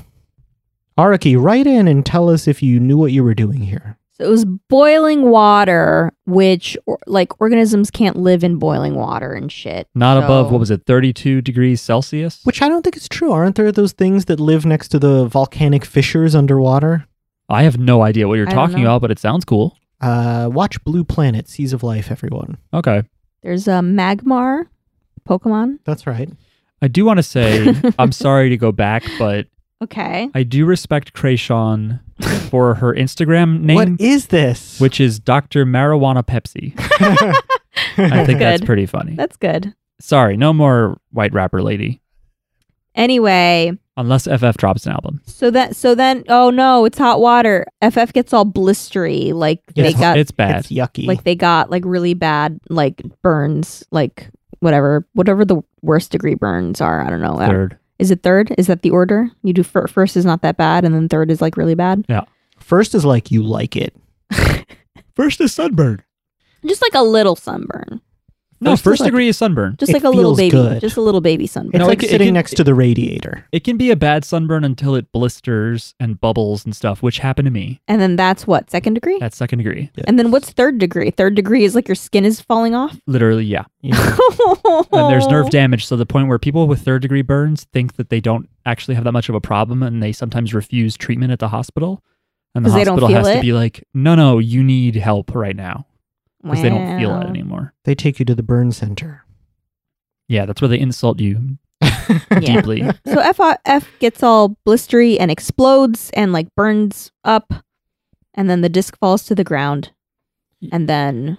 S2: Araki, write in and tell us if you knew what you were doing here.
S4: So it was boiling water, which or, like organisms can't live in boiling water and shit.
S3: Not
S4: So-
S3: above what was it, thirty two degrees Celsius?
S2: Which I don't think is true. Aren't there those things that live next to the volcanic fissures underwater?
S3: I have no idea what you're
S4: I don't
S3: talking
S4: know.
S3: about, but it sounds cool.
S2: Uh, watch Blue Planet, Seas of Life, everyone.
S3: Okay.
S4: There's a Magmar Pokemon.
S2: That's right.
S3: I do want to say I'm sorry to go back, but
S4: Okay.
S3: I do respect Krayshawn for her Instagram
S2: What
S3: name,
S2: is this?
S3: *laughs* which is Dr. Marijuana Pepsi.
S2: *laughs*
S3: I think that's
S4: Good.
S3: pretty funny.
S4: That's good.
S3: Sorry, no more white rapper lady,
S4: Anyway,
S3: unless FF drops an album.
S4: so that so then oh no, it's hot water. FF gets all blistery, like they
S2: Yes.
S4: got
S3: it's bad.
S2: It's yucky.
S4: like they got like really bad like burns, like whatever whatever the worst degree burns are. I don't know.
S3: Third.
S4: Is it third? Is that the order? You do fir- first is not that bad, and then third is like really bad.
S2: First is like you like it.
S3: First is Sunburn.
S4: Just like a little sunburn.
S3: No,
S2: First
S3: first,
S2: is like-
S3: degree is sunburn.
S4: Just
S2: It
S4: like a little
S2: feels
S4: baby,
S2: good.
S4: just a little baby
S2: It's
S4: sunburn.
S3: No, it
S2: like
S3: ca- it
S2: sitting
S3: can-
S2: next to the radiator.
S3: It can be a bad sunburn until it blisters and bubbles and stuff, which happened to me.
S4: and then that's what second degree.
S3: That's second degree.
S4: and then what's third degree? Third degree is like your skin is falling off.
S3: Literally, yeah.
S2: Yeah.
S3: *laughs* And there's
S4: *laughs*
S3: nerve damage. So the point where people with third degree burns think that they don't actually have that much of a problem and they sometimes refuse treatment at the hospital. And the
S4: 'Cause they don't
S3: hospital has
S4: feel
S3: to
S4: it?
S3: be like, no, no, you need help right now. Because they don't feel
S4: Wow.
S3: it anymore.
S2: they take you to the burn
S3: *laughs*
S2: center.
S3: Yeah, that's where they insult you
S4: *laughs* Yeah.
S3: deeply.
S4: So F F gets all blistery and explodes and like burns up, and then the disc falls to the ground, and then,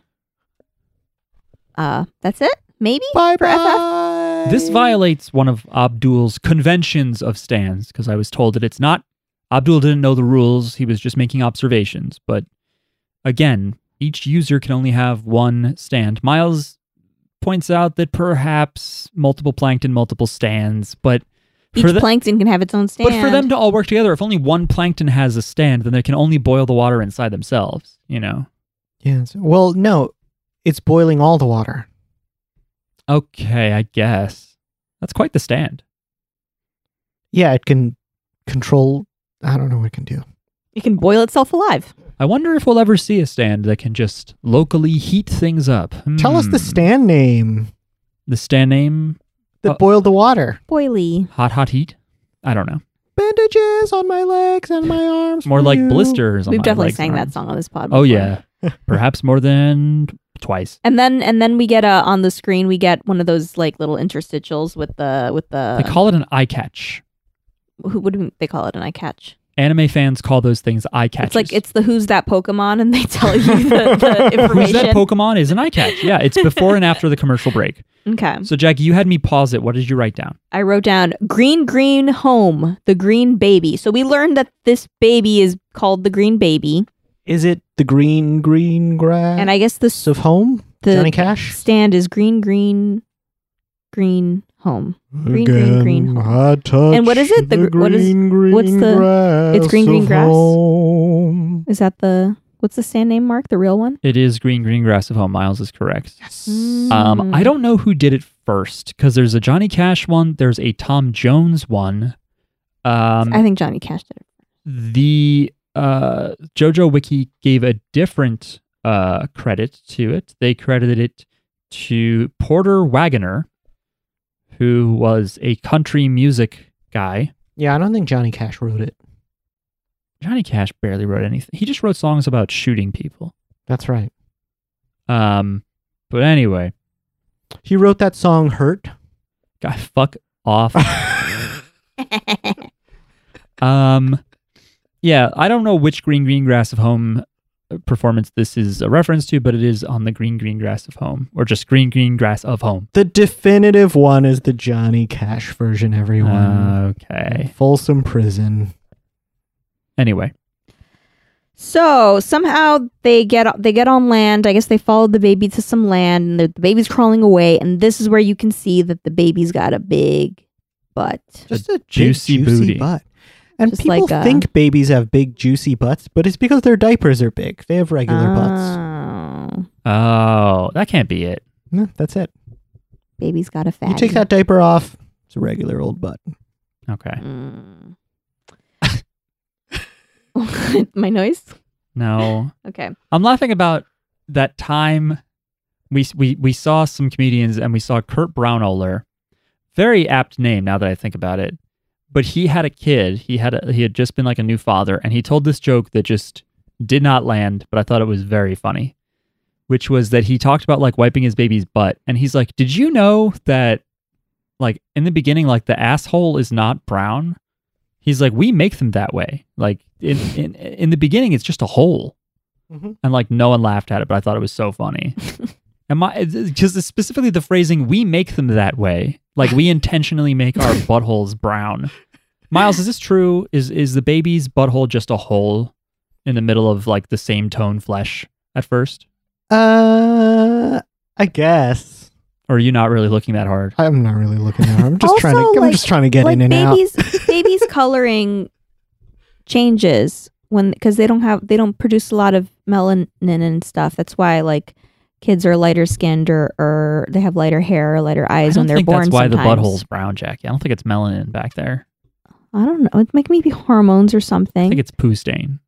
S4: uh, that's it. Maybe
S2: Bye
S4: For FF?
S2: bye.
S3: This violates one of Abdul's conventions of stands because I was told that it's not. Abdul didn't know the rules, he was just making observations. But again, each user can only have one stand. Miles points out that perhaps multiple plankton, multiple stands, but.
S4: each
S3: for the-
S4: plankton can have its own stand.
S3: but for them to all work together, if only one plankton has a stand, then they can only boil the water inside themselves, you know?
S2: Yes. Well, no, it's boiling all the water.
S3: Okay, I guess. That's quite the stand.
S2: Yeah, it can control. I don't know what it can do.
S4: it can boil itself alive.
S3: I wonder if we'll ever see a stand that can just locally heat things up.
S2: Tell us the
S3: Hmm.
S2: stand name
S3: The stand name?
S2: that
S3: Uh,
S2: boiled the water.
S4: Boily.
S3: Hot Hot Heat? I don't know.
S2: Bandages on my legs and my arms.
S3: More
S2: for
S3: like
S2: you.
S3: blisters. On
S4: We've
S3: my
S4: definitely
S3: legs
S4: sang
S3: and
S4: that
S3: arms.
S4: song on this pod.
S3: Oh *laughs*
S4: before.
S3: yeah, perhaps more than twice.
S4: And then and then we get uh, on the screen we get one of those like little interstitials with the with the
S3: they call it an eye catch.
S4: who what do they call it and I catch.
S3: Anime fans call those things eye catches.
S4: It's like it's the who's that Pokemon and they tell you
S3: *laughs*
S4: the, the information.
S3: Who's that Pokemon is an eye catch. Yeah, it's before and after the commercial
S4: *laughs*
S3: break.
S4: okay.
S3: So, Jackie, you had me pause it. What did you write down?
S4: I wrote down green green home, the green baby. So we learned that this baby is called the green baby
S2: Is it the green green
S3: Uh,
S2: grass
S4: and I guess the s-
S2: of home?
S4: the
S2: Johnny Cash.
S4: stand is green green green home. Green, green, Again, green home. And what is it? The the gr- what is-
S2: green
S4: what's the-
S2: Grass
S4: it's green, green of grass? Is that the what's the stand name mark? The real one?
S3: It is Green Green Grass of Home. Miles is correct.
S2: Yes.
S3: Um,
S4: Mm.
S3: I don't know who did it first because there's a Johnny Cash one, there's a Tom Jones one. Um,
S4: I think Johnny Cash did it.
S3: the uh, JoJo Wiki gave a different uh, credit to it. They credited it to Porter Wagoner, who was a country music guy.
S2: Yeah, I don't think Johnny Cash wrote it.
S3: Johnny Cash barely wrote anything. He just wrote songs about shooting people.
S2: That's right.
S3: Um, but anyway,
S2: He wrote that song "Hurt."
S3: God, fuck off. Um, yeah, I don't know which green green grass of home uh, performance this is a reference to, but it is on the green green grass of home, or just green green grass of home.
S2: the definitive one is the Johnny Cash version. Everyone,
S3: Okay.
S2: Folsom Prison.
S3: Anyway,
S4: So somehow they get they get on land. I guess they followed the baby to some land, and the, the baby's crawling away. And this is where you can see that the baby's got a big butt.
S2: Just a, big
S3: juicy booty.
S2: butt. And
S4: Just
S2: people
S4: like uh, a-
S2: think babies have big juicy butts, but it's because their diapers are big. They have regular
S4: Ah.
S2: butts.
S4: Oh,
S3: oh, that can't be it.
S2: No, that's it.
S4: baby's got a fat.
S2: You take that diaper off. It's a regular old butt.
S3: Okay,
S4: Mm. *laughs* My noise.
S3: no,
S4: Okay.
S3: I'm laughing about that time we we we saw some comedians and we saw Kurt Brownoller, very apt name now that I think about it. But he had a kid. He had a, he had just been like a new father, and he told this joke that just did not land. But I thought it was very funny, which was that he talked about like wiping his baby's butt, and he's like, "Did you know that?" Like in the beginning, like the asshole is not brown. He's like, we make them that way. Like in in, in the beginning, it's just a hole and like no one laughed at it, but I thought it was so funny. And my because specifically the phrasing we make them that way, like we intentionally make our buttholes brown. Miles, is this true? Is is the baby's butthole just a hole in the middle of like the same tone flesh at first,
S2: Uh, I guess
S3: or are you not really looking that hard?
S2: I'm not really looking at her. I'm just
S4: Also,
S2: trying to. I'm
S4: like-
S2: just trying to get
S4: like
S2: in and
S3: *laughs*
S4: babies, babies coloring changes when because they don't have they don't produce a lot of melanin and stuff. That's why like kids are lighter skinned or, or they have lighter hair or lighter eyes
S3: I don't
S4: when they're
S3: think
S4: born.
S3: That's why
S4: sometimes.
S3: the butthole's brown, Jackie. I don't think it's melanin back there.
S4: I don't know. It might maybe hormones or
S3: I
S4: something.
S3: think it's poo stain.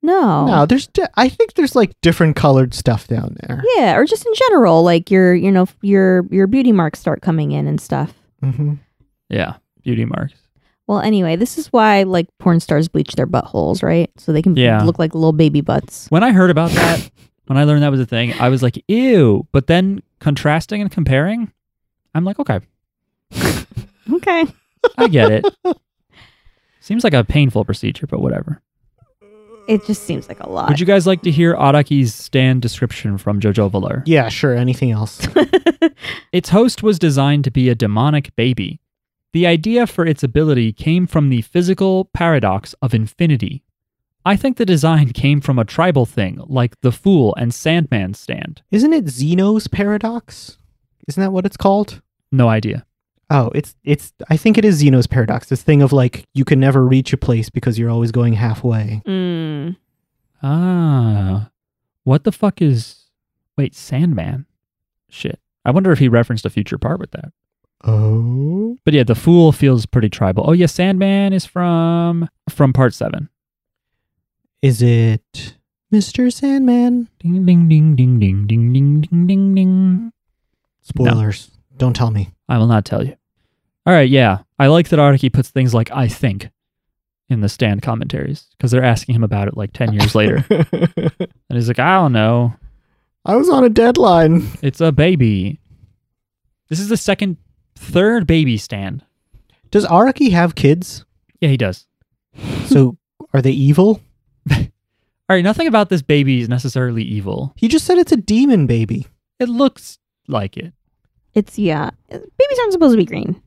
S4: no.
S2: No, there's. di- I think there's like different colored stuff down there.
S4: Yeah, or just in general, like your you know your your beauty marks start coming in and stuff.
S2: Mhm.
S3: Yeah, beauty marks.
S4: Well, anyway, this is why like porn stars bleach their buttholes, right? So they can
S3: Yeah.
S4: look like little baby butts.
S3: When I heard about that, when I learned that was a thing, I was like, ew. But then contrasting and comparing, I'm like, okay,
S4: Okay.
S3: I get it. Seems like a painful procedure, but whatever.
S4: It just seems like a lot.
S3: Would you guys like to hear Araki's stand description from Jojo Valor?
S2: Yeah, sure. Anything
S4: *laughs*
S2: else?
S3: Its host was designed to be a demonic baby. The idea for its ability came from the physical paradox of infinity. I think the design came from a tribal thing, like the Fool and Sandman stand.
S2: Isn't it Zeno's paradox? Isn't that what it's called?
S3: No idea.
S2: Oh, it's it's. I think it is Zeno's paradox. This thing of like you can never reach a place because you're always going halfway.
S4: mm.
S3: Ah. What the fuck is. Wait, Sandman? Shit. I wonder if he referenced a future part with that.
S2: Oh,
S3: But yeah, the Fool feels pretty tribal. Oh, yeah, Sandman is from. from part seven.
S2: is it Mr. Sandman?
S3: Ding, ding, ding, ding, ding, ding, ding, ding, ding, ding.
S2: Spoilers. Don't tell me.
S3: I will not tell you. All right, yeah. I like that Araki puts things like I think in the stand commentaries because they're asking him about it like 10 years later. And he's like, I don't know.
S2: *laughs* I was on a deadline.
S3: It's a baby. This is the second, third baby stand.
S2: Does Araki have
S3: *laughs*
S2: kids?
S3: Yeah, he does.
S2: So are they evil?
S3: All right, nothing about this baby is necessarily evil.
S2: He just said it's a demon baby.
S3: It looks like it.
S4: It's yeah. Babies aren't supposed to be green.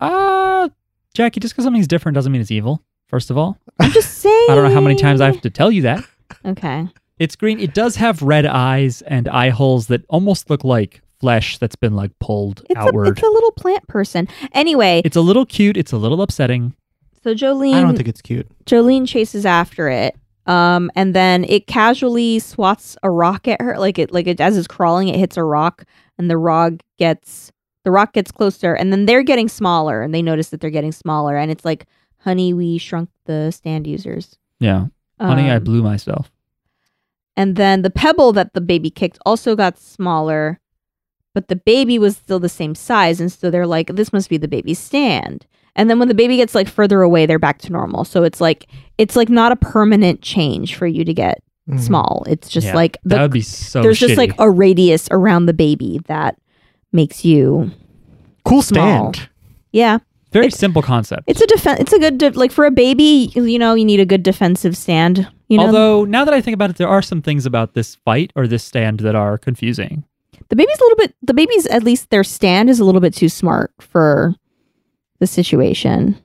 S3: Uh, Jackie, just because something's different doesn't mean it's evil, first of all.
S4: I'm just saying.
S3: *laughs* I don't know how many times I have to tell you that.
S4: Okay.
S3: It's green. It does have red eyes and eye holes that almost look like flesh that's been like pulled
S4: It's a,
S3: outward.
S4: it's a little plant person. Anyway,
S3: it's a little cute. It's a little upsetting.
S4: so
S2: I don't
S4: Jolene
S2: think it's cute.
S4: Jolene chases after it. Um, and then it casually swats a rock at her, like it, like it as it's crawling, it hits a rock, and the rock gets the rock gets closer, and then they're getting smaller, and they notice that they're getting smaller, and it's like, honey, we shrunk the stand users.
S3: Yeah. Honey, I
S4: Um,
S3: blew myself.
S4: And then the pebble that the baby kicked also got smaller, but the baby was still the same size. And so they're like, this must be the baby's stand. And then when the baby gets like further away, they're back to normal. So it's like, it's like not a permanent change for you to get
S2: Mhm.
S4: small. It's just
S3: Yeah,
S4: like,
S3: that
S4: the,
S3: would be so
S4: there's
S3: shitty.
S4: just like a radius around the baby that makes you,
S2: Cool
S4: small.
S2: stand.
S4: yeah.
S3: very
S4: it-
S3: simple concept.
S4: It's a defense, it's a good, de- like for a baby, you know, you need a good defensive stand, you know?
S3: Although now that I think about it, there are some things about this fight or this stand that are confusing.
S4: The baby's a little bit. The baby's at least their stand is a little bit too smart for the situation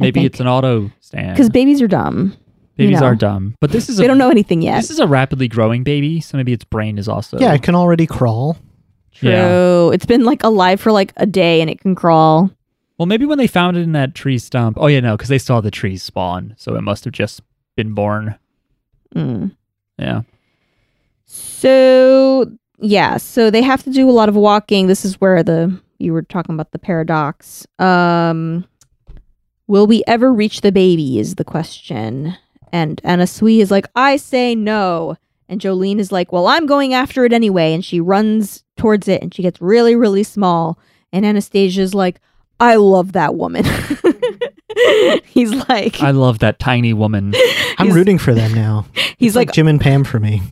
S3: Maybe
S4: think-
S3: it's an auto stand.
S4: because babies are dumb.
S3: babies
S4: know.
S3: are dumb, but this is a,
S4: They don't know anything yet.
S3: This is a rapidly growing baby, so maybe its brain is also
S2: Yeah, it can already crawl.
S4: True. It's been like alive for like a day and it can crawl.
S3: Well, maybe when they found it in that tree stump. Oh yeah, no, because they saw the trees spawn, so it must have just been born.
S4: Mm.
S3: Yeah.
S4: So yeah, so they have to do a lot of walking. This is where the you were talking about the paradox. Um, will we ever reach the baby? Is the question. And Anna Sui is like, I say no. And Jolene is like, Well, I'm going after it anyway. And she runs towards it and she gets really, really small. And Anastasia's like, I love that woman. *laughs* he's like,
S3: I love that tiny
S4: *laughs*
S3: woman.
S2: I'm
S4: He's-
S2: rooting for them now.
S4: he's like,
S2: Jim and Pam for me.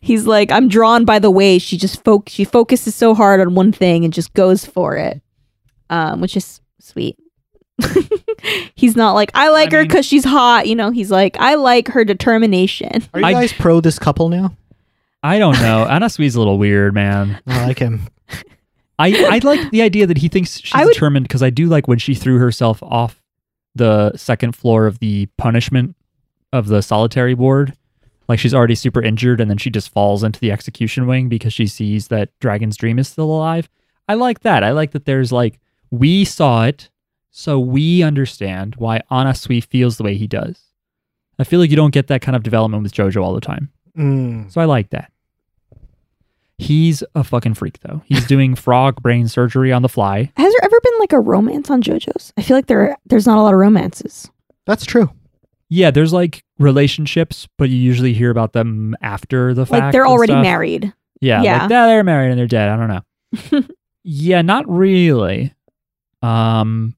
S4: He's like, I'm drawn by the way she just fo- she focuses so hard on one thing and just goes for it, um, which is sweet. *laughs* he's not like I like
S3: I
S4: her
S3: mean-
S4: because she's hot, you know. He's like I like her determination.
S2: Are you
S3: I-
S2: guys pro this couple now?
S3: I don't know. Anna Sui's a little weird, man.
S2: I like him.
S3: I,
S4: *laughs*
S3: I like the idea that he thinks she's
S4: I would-
S3: determined because I do like when she threw herself off the second floor of the punishment of the solitary ward. Like she's already super injured and then she just falls into the execution wing because she sees that Dragon's Dream is still alive. I like that. I like that there's like, we saw it, so we understand why Anna Sui feels the way he does. I feel like you don't get that kind of development with JoJo all the time.
S2: Mm.
S3: So I like that. He's a fucking freak though.
S4: *laughs*
S3: He's doing frog brain surgery on the fly.
S4: Has there ever been like a romance on JoJo's? I feel like there there's not a lot of romances.
S2: That's true.
S3: Yeah, there's like relationships, but you usually hear about them after the fact.
S4: Like they're
S3: and
S4: already
S3: stuff. Mm-hmm.
S4: married.
S3: Yeah,
S4: Yeah.
S3: like nah, they're married and they're dead. I don't know.
S4: *laughs*
S3: yeah, not really. Um,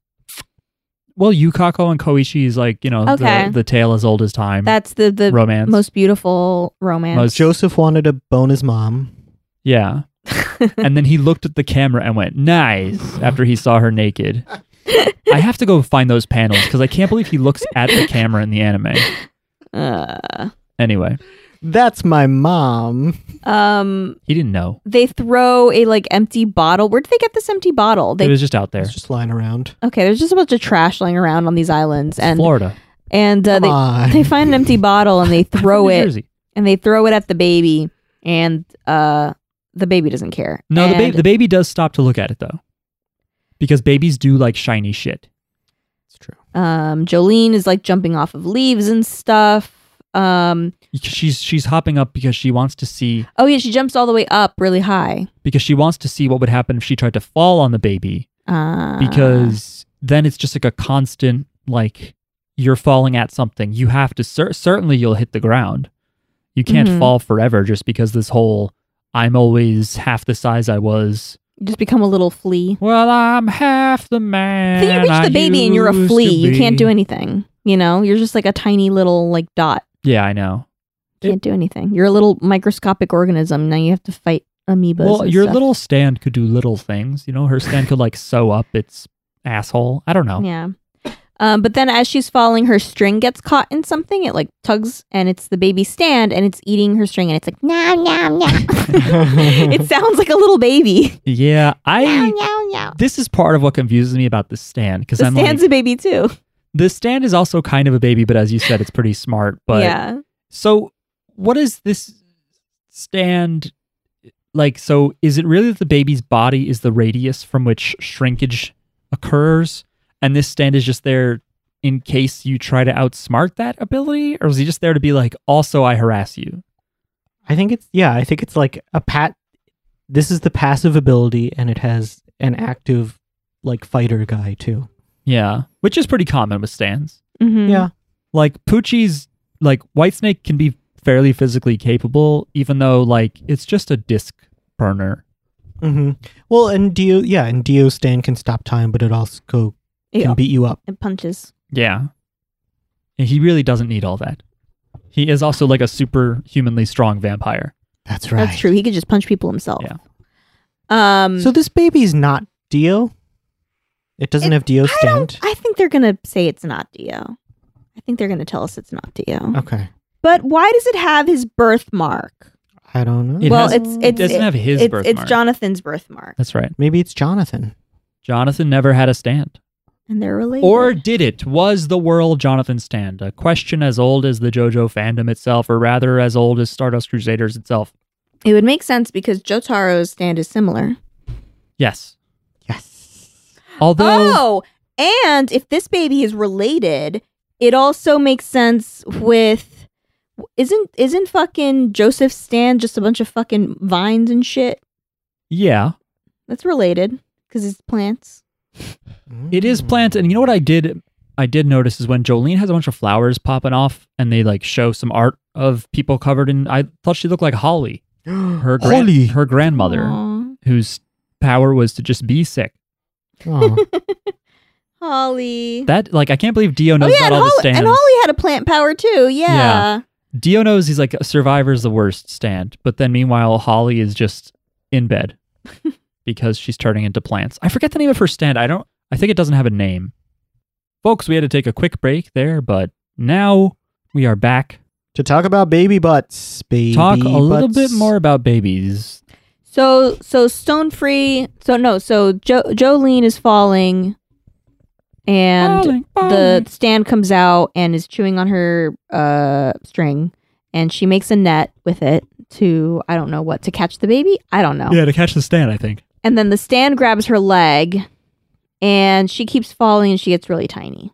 S3: well, Yukako and Koichi is like you know
S4: Okay.
S3: the, the tale as old as time.
S4: That's the the
S3: romance.
S4: most beautiful romance.
S3: Most-
S2: Joseph wanted to bone his mom.
S4: *laughs*
S3: yeah, and then he looked at the camera and went nice after he saw her naked. I have to go find those panels because I can't believe he looks at the camera in the anime.
S4: uh,
S3: Anyway,
S2: That's my mom.
S4: um,
S3: he didn't know.
S4: they throw a like empty bottle. Where did they get this empty bottle? They
S3: it was just out there.
S2: It's just lying around.
S4: okay. There's just a bunch of trash lying around on these islands, and
S3: Florida.
S4: and uh,
S2: Come
S4: they
S2: on.
S4: they find
S3: *laughs*
S4: an empty bottle and they throw
S3: New
S4: it
S3: Jersey.
S4: and they throw it at the baby, and uh, the baby doesn't care.
S3: No, the, ba-
S4: And-
S3: the baby does stop to look at it though, because babies do like shiny shit.
S2: it's true.
S4: um Jolene is like jumping off of leaves and stuff. Um
S3: She's she's hopping up because she wants to see
S4: oh yeah, she jumps all the way up really high.
S3: because she wants to see what would happen if she tried to fall on the baby
S4: Uh
S3: because then it's just like a constant like you're falling at something. You have to cer- certainly you'll hit the ground. You can't
S4: Mhm.
S3: fall forever just because this whole I'm always half the size I was.
S4: you just become a little flea.
S3: Well, I'm half the man.
S4: Then you reach
S3: I
S4: the baby and you're a
S3: used to
S4: flea. You can't
S3: be.
S4: do anything. You know, you're just like a tiny little like dot.
S3: Yeah, I know.
S4: Can't do anything. You're a little microscopic organism. Now you have to fight amoebas.
S3: Well,
S4: and
S3: your
S4: stuff.
S3: little stand could do little things. You know, her stand could like sew up its asshole. I don't
S2: Oh.
S3: know.
S4: Yeah. Um, but then as she's falling, her string gets caught in something. It like tugs and it's the baby stand and it's eating her string and it's like, meow, meow,
S2: *laughs*
S4: meow. *laughs* it sounds like a little baby.
S3: Yeah, I.
S4: meow, meow.
S3: This is part of what confuses me about this stand because
S4: The
S3: I'm
S4: stand's
S3: like,
S4: a baby too.
S3: the stand is also kind of a baby, but as you said, it's pretty smart. But
S4: yeah.
S3: so, what is this stand like? So, is it really that the baby's body is the radius from which shrinkage occurs, and this stand is just there? In case you try to outsmart that ability, or is he just there to be like, also I harass you?
S2: I think it's yeah, I think it's like a pat this is the passive ability and it has an active like fighter guy too.
S3: Yeah, which is pretty common with stands.
S4: Mm-hmm.
S2: Yeah.
S3: Like Poochie's, like Whitesnake can be fairly physically capable, even though like it's just a disc burner.
S2: Mm-hmm. Well and Dio yeah, and Dio stand can stop time, but it also can
S4: Yeah.
S2: beat you up.
S4: It punches.
S3: Yeah, and he really doesn't need all that. He is also like a superhumanly strong vampire.
S2: That's right.
S4: That's true. He could just punch people himself.
S3: Yeah.
S4: Um
S2: So this baby's not Dio. It doesn't
S4: It-
S2: have Dio
S4: I
S2: stand.
S4: don't I think they're gonna say it's not Dio. I think they're gonna tell us it's not Dio.
S2: okay.
S4: But why does it have his birthmark?
S2: I don't know.
S3: It
S4: well,
S3: has-
S4: it's
S3: It
S4: it's
S3: doesn't
S4: it-
S3: have his
S4: it's,
S3: birthmark.
S4: it's Jonathan's birthmark,
S3: That's right.
S2: Maybe it's Jonathan.
S3: Jonathan never had a stand,
S4: and they're related.
S3: or did it? Was the world Jonathan's stand a question as old as the JoJo fandom itself, or rather as old as Stardust Crusaders itself?
S4: it would make sense because Jotaro's stand is similar.
S3: Yes.
S2: Yes.
S3: Although
S4: oh, and if this baby is related, it also makes sense with isn't isn't fucking Joseph's stand just a bunch of fucking vines and shit?
S3: Yeah,
S4: That's related because it's plants.
S3: it is
S2: Mm.
S3: plants. And you know what I did? I did notice is when Jolene has a bunch of flowers popping off, and they like show some art of people covered in. I thought she looked like Holly, *gasps* her gran-
S2: Holly. *laughs*
S3: her grandmother,
S4: Aw.
S3: whose power was to just be sick.
S2: Oh.
S4: Holly. Oh,
S3: That like I can't believe Dio knows
S4: and
S3: about all the
S4: Holly,
S3: stands.
S4: and Holly had a plant power too. Yeah.
S3: Yeah. Dio knows he's like a survivor's the worst stand, but then meanwhile Holly is just in
S4: *laughs*
S3: bed because she's turning into plants. I forget the name of her stand. I don't I think it doesn't have a name. Folks, we had to take a quick break there, but now we are back.
S2: to talk about baby butts. Baby
S3: Talk a little
S2: butts.
S3: bit more about babies.
S4: So so stone free. So no. So jo- Jolene is falling, and
S3: Falling,
S4: the
S3: falling.
S4: stand comes out and is chewing on her uh string, and she makes a net with it to I don't know what to catch the baby. I don't know.
S3: Yeah, to catch the stand, I think.
S4: And then the stand grabs her leg, and she keeps falling, and she gets really tiny.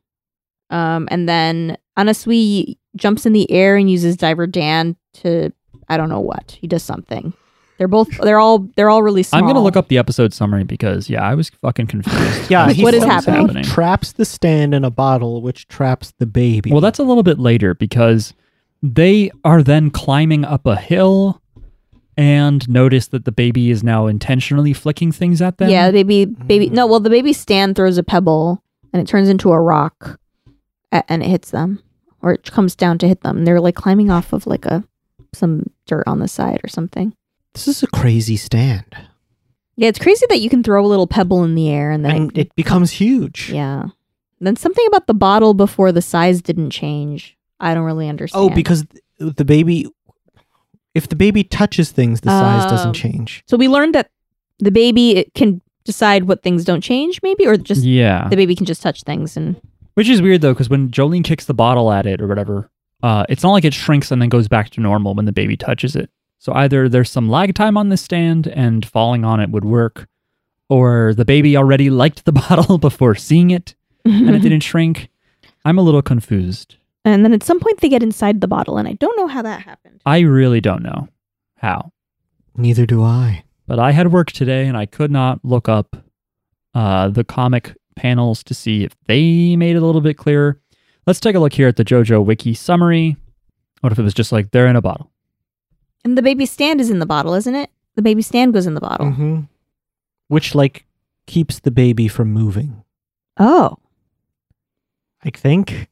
S4: Um, and then Anasui jumps in the air and uses Diver Dan to I don't know what. He does something. They're both. They're all. They're all really small.
S3: I'm gonna look up the episode summary because yeah, I was fucking confused.
S2: Yeah,
S4: Like,
S2: he
S4: what is
S2: fucks-
S4: happening?
S2: He traps the stand in a bottle, which traps the baby.
S3: Well, that's a little bit later because they are then climbing up a hill and notice that the baby is now intentionally flicking things at them. Mm.
S4: Yeah, the baby. Baby. No. Well, the baby stand throws a pebble and it turns into a rock, a- and it hits them, or it comes down to hit them. And they're like climbing off of like a some dirt on the side or something.
S2: this is a crazy stand,
S4: Yeah, it's crazy that you can throw a little pebble in the air and then
S2: and it becomes huge.
S4: Yeah. Then something about the bottle before the size didn't change. I don't really understand.
S2: Oh, because th- the baby, if the baby touches things, the size
S4: Oh.
S2: doesn't change.
S4: so we learned that the baby it can decide what things don't change, maybe, or just
S3: yeah.
S4: the baby can just touch things and
S3: Which is weird though, because when Jolene kicks the bottle at it or whatever, uh, it's not like it shrinks and then goes back to normal when the baby touches it. So either there's some lag time on the stand and falling on it would work, or the baby already liked the *laughs* bottle before seeing it
S4: *laughs*
S3: and it didn't shrink. I'm a little confused.
S4: and then at some point they get inside the bottle, and I don't know how that happened.
S3: I really don't know how,
S2: Neither do I.
S3: but I had work today and I could not look up uh, the comic panels to see if they made it a little bit clearer. Let's take a look here at the JoJo Wiki summary. What if it was just like they're in a bottle?
S4: And the baby stand is in the bottle, isn't it? The baby stand goes in the bottle.
S3: Mm.
S2: Mm-hmm. Which like keeps the baby from moving.
S4: Oh.
S2: I
S4: *laughs*
S2: think.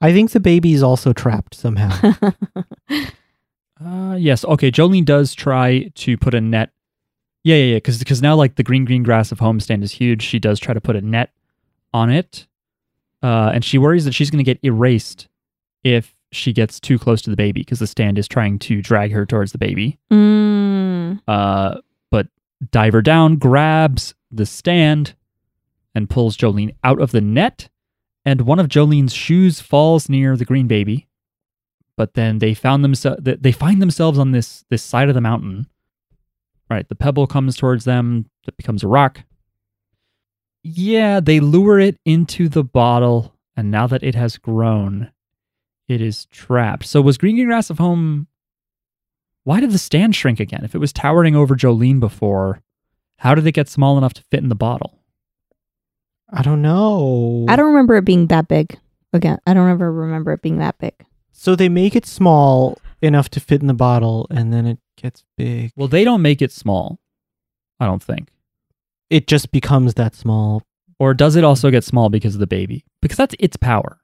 S2: I think the baby is also trapped somehow.
S4: *laughs*
S3: Uh, yes. Okay. Jolene does try to put a net. Yeah, yeah, yeah. Because now like the green green grass of homestand is huge. She does try to put a net on it, uh, and she worries that she's going to get erased if she gets too close to the baby because the stand is trying to drag her towards the baby.
S4: mm.
S3: Uh, but diver down grabs the stand and pulls Jolene out of the net, and one of Jolene's shoes falls near the green baby. But then they found themselves they find themselves on this this side of the mountain. Right, the pebble comes towards them, that becomes a rock. Yeah, they lure it into the bottle, and now that it has grown, it is trapped. So was Green Green Grass of Home why did the stand shrink again? If it was towering over Jolene before, how did it get small enough to fit in the bottle?
S2: I don't know.
S4: I don't remember it being that big. Again, I don't ever remember it being that big.
S2: So they make it small enough to fit in the bottle, and then it gets big.
S3: Well, they don't make it small, I don't think.
S2: It just becomes that small.
S3: Or does it also get small because of the baby? Because that's its power.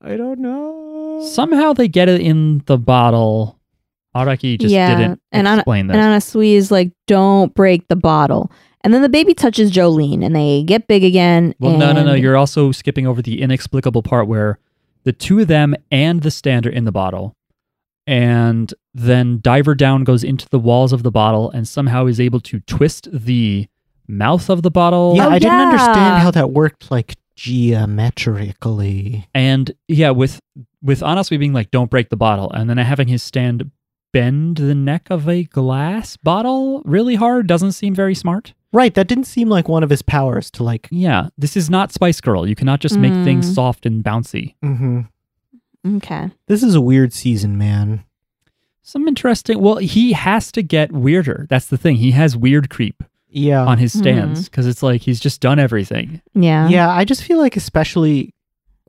S2: I don't know.
S3: Somehow they get it in the bottle. Araki just
S4: Yeah,
S3: didn't
S4: and I-
S3: explain this.
S4: And Anna Sui is like, don't break the bottle. And then the baby touches Jolene and they get big again.
S3: well, no, no, no.
S4: and-
S3: You're also skipping over the inexplicable part where the two of them and the stand are in the bottle. And then Diver Down goes into the walls of the bottle and somehow is able to twist the mouth of the bottle.
S2: Yeah,
S4: Oh,
S2: I didn't understand
S4: yeah.
S2: how that worked, like geometrically.
S3: And yeah, with with Anasui being like, "Don't break the bottle," and then having his stand bend the neck of a glass bottle really hard doesn't seem very smart.
S2: Right, that didn't seem like one of his powers to like.
S3: Yeah, this is not Spice Girl. You cannot just make
S4: Mm.
S3: things soft and bouncy.
S2: Mm-hmm.
S4: Okay.
S2: This is a weird season, man.
S3: Some interesting. Well, he has to get weirder. That's the thing. He has weird creep
S2: Yeah.
S3: on his stands because it's like he's just done everything.
S4: Yeah.
S2: Yeah, I just feel like especially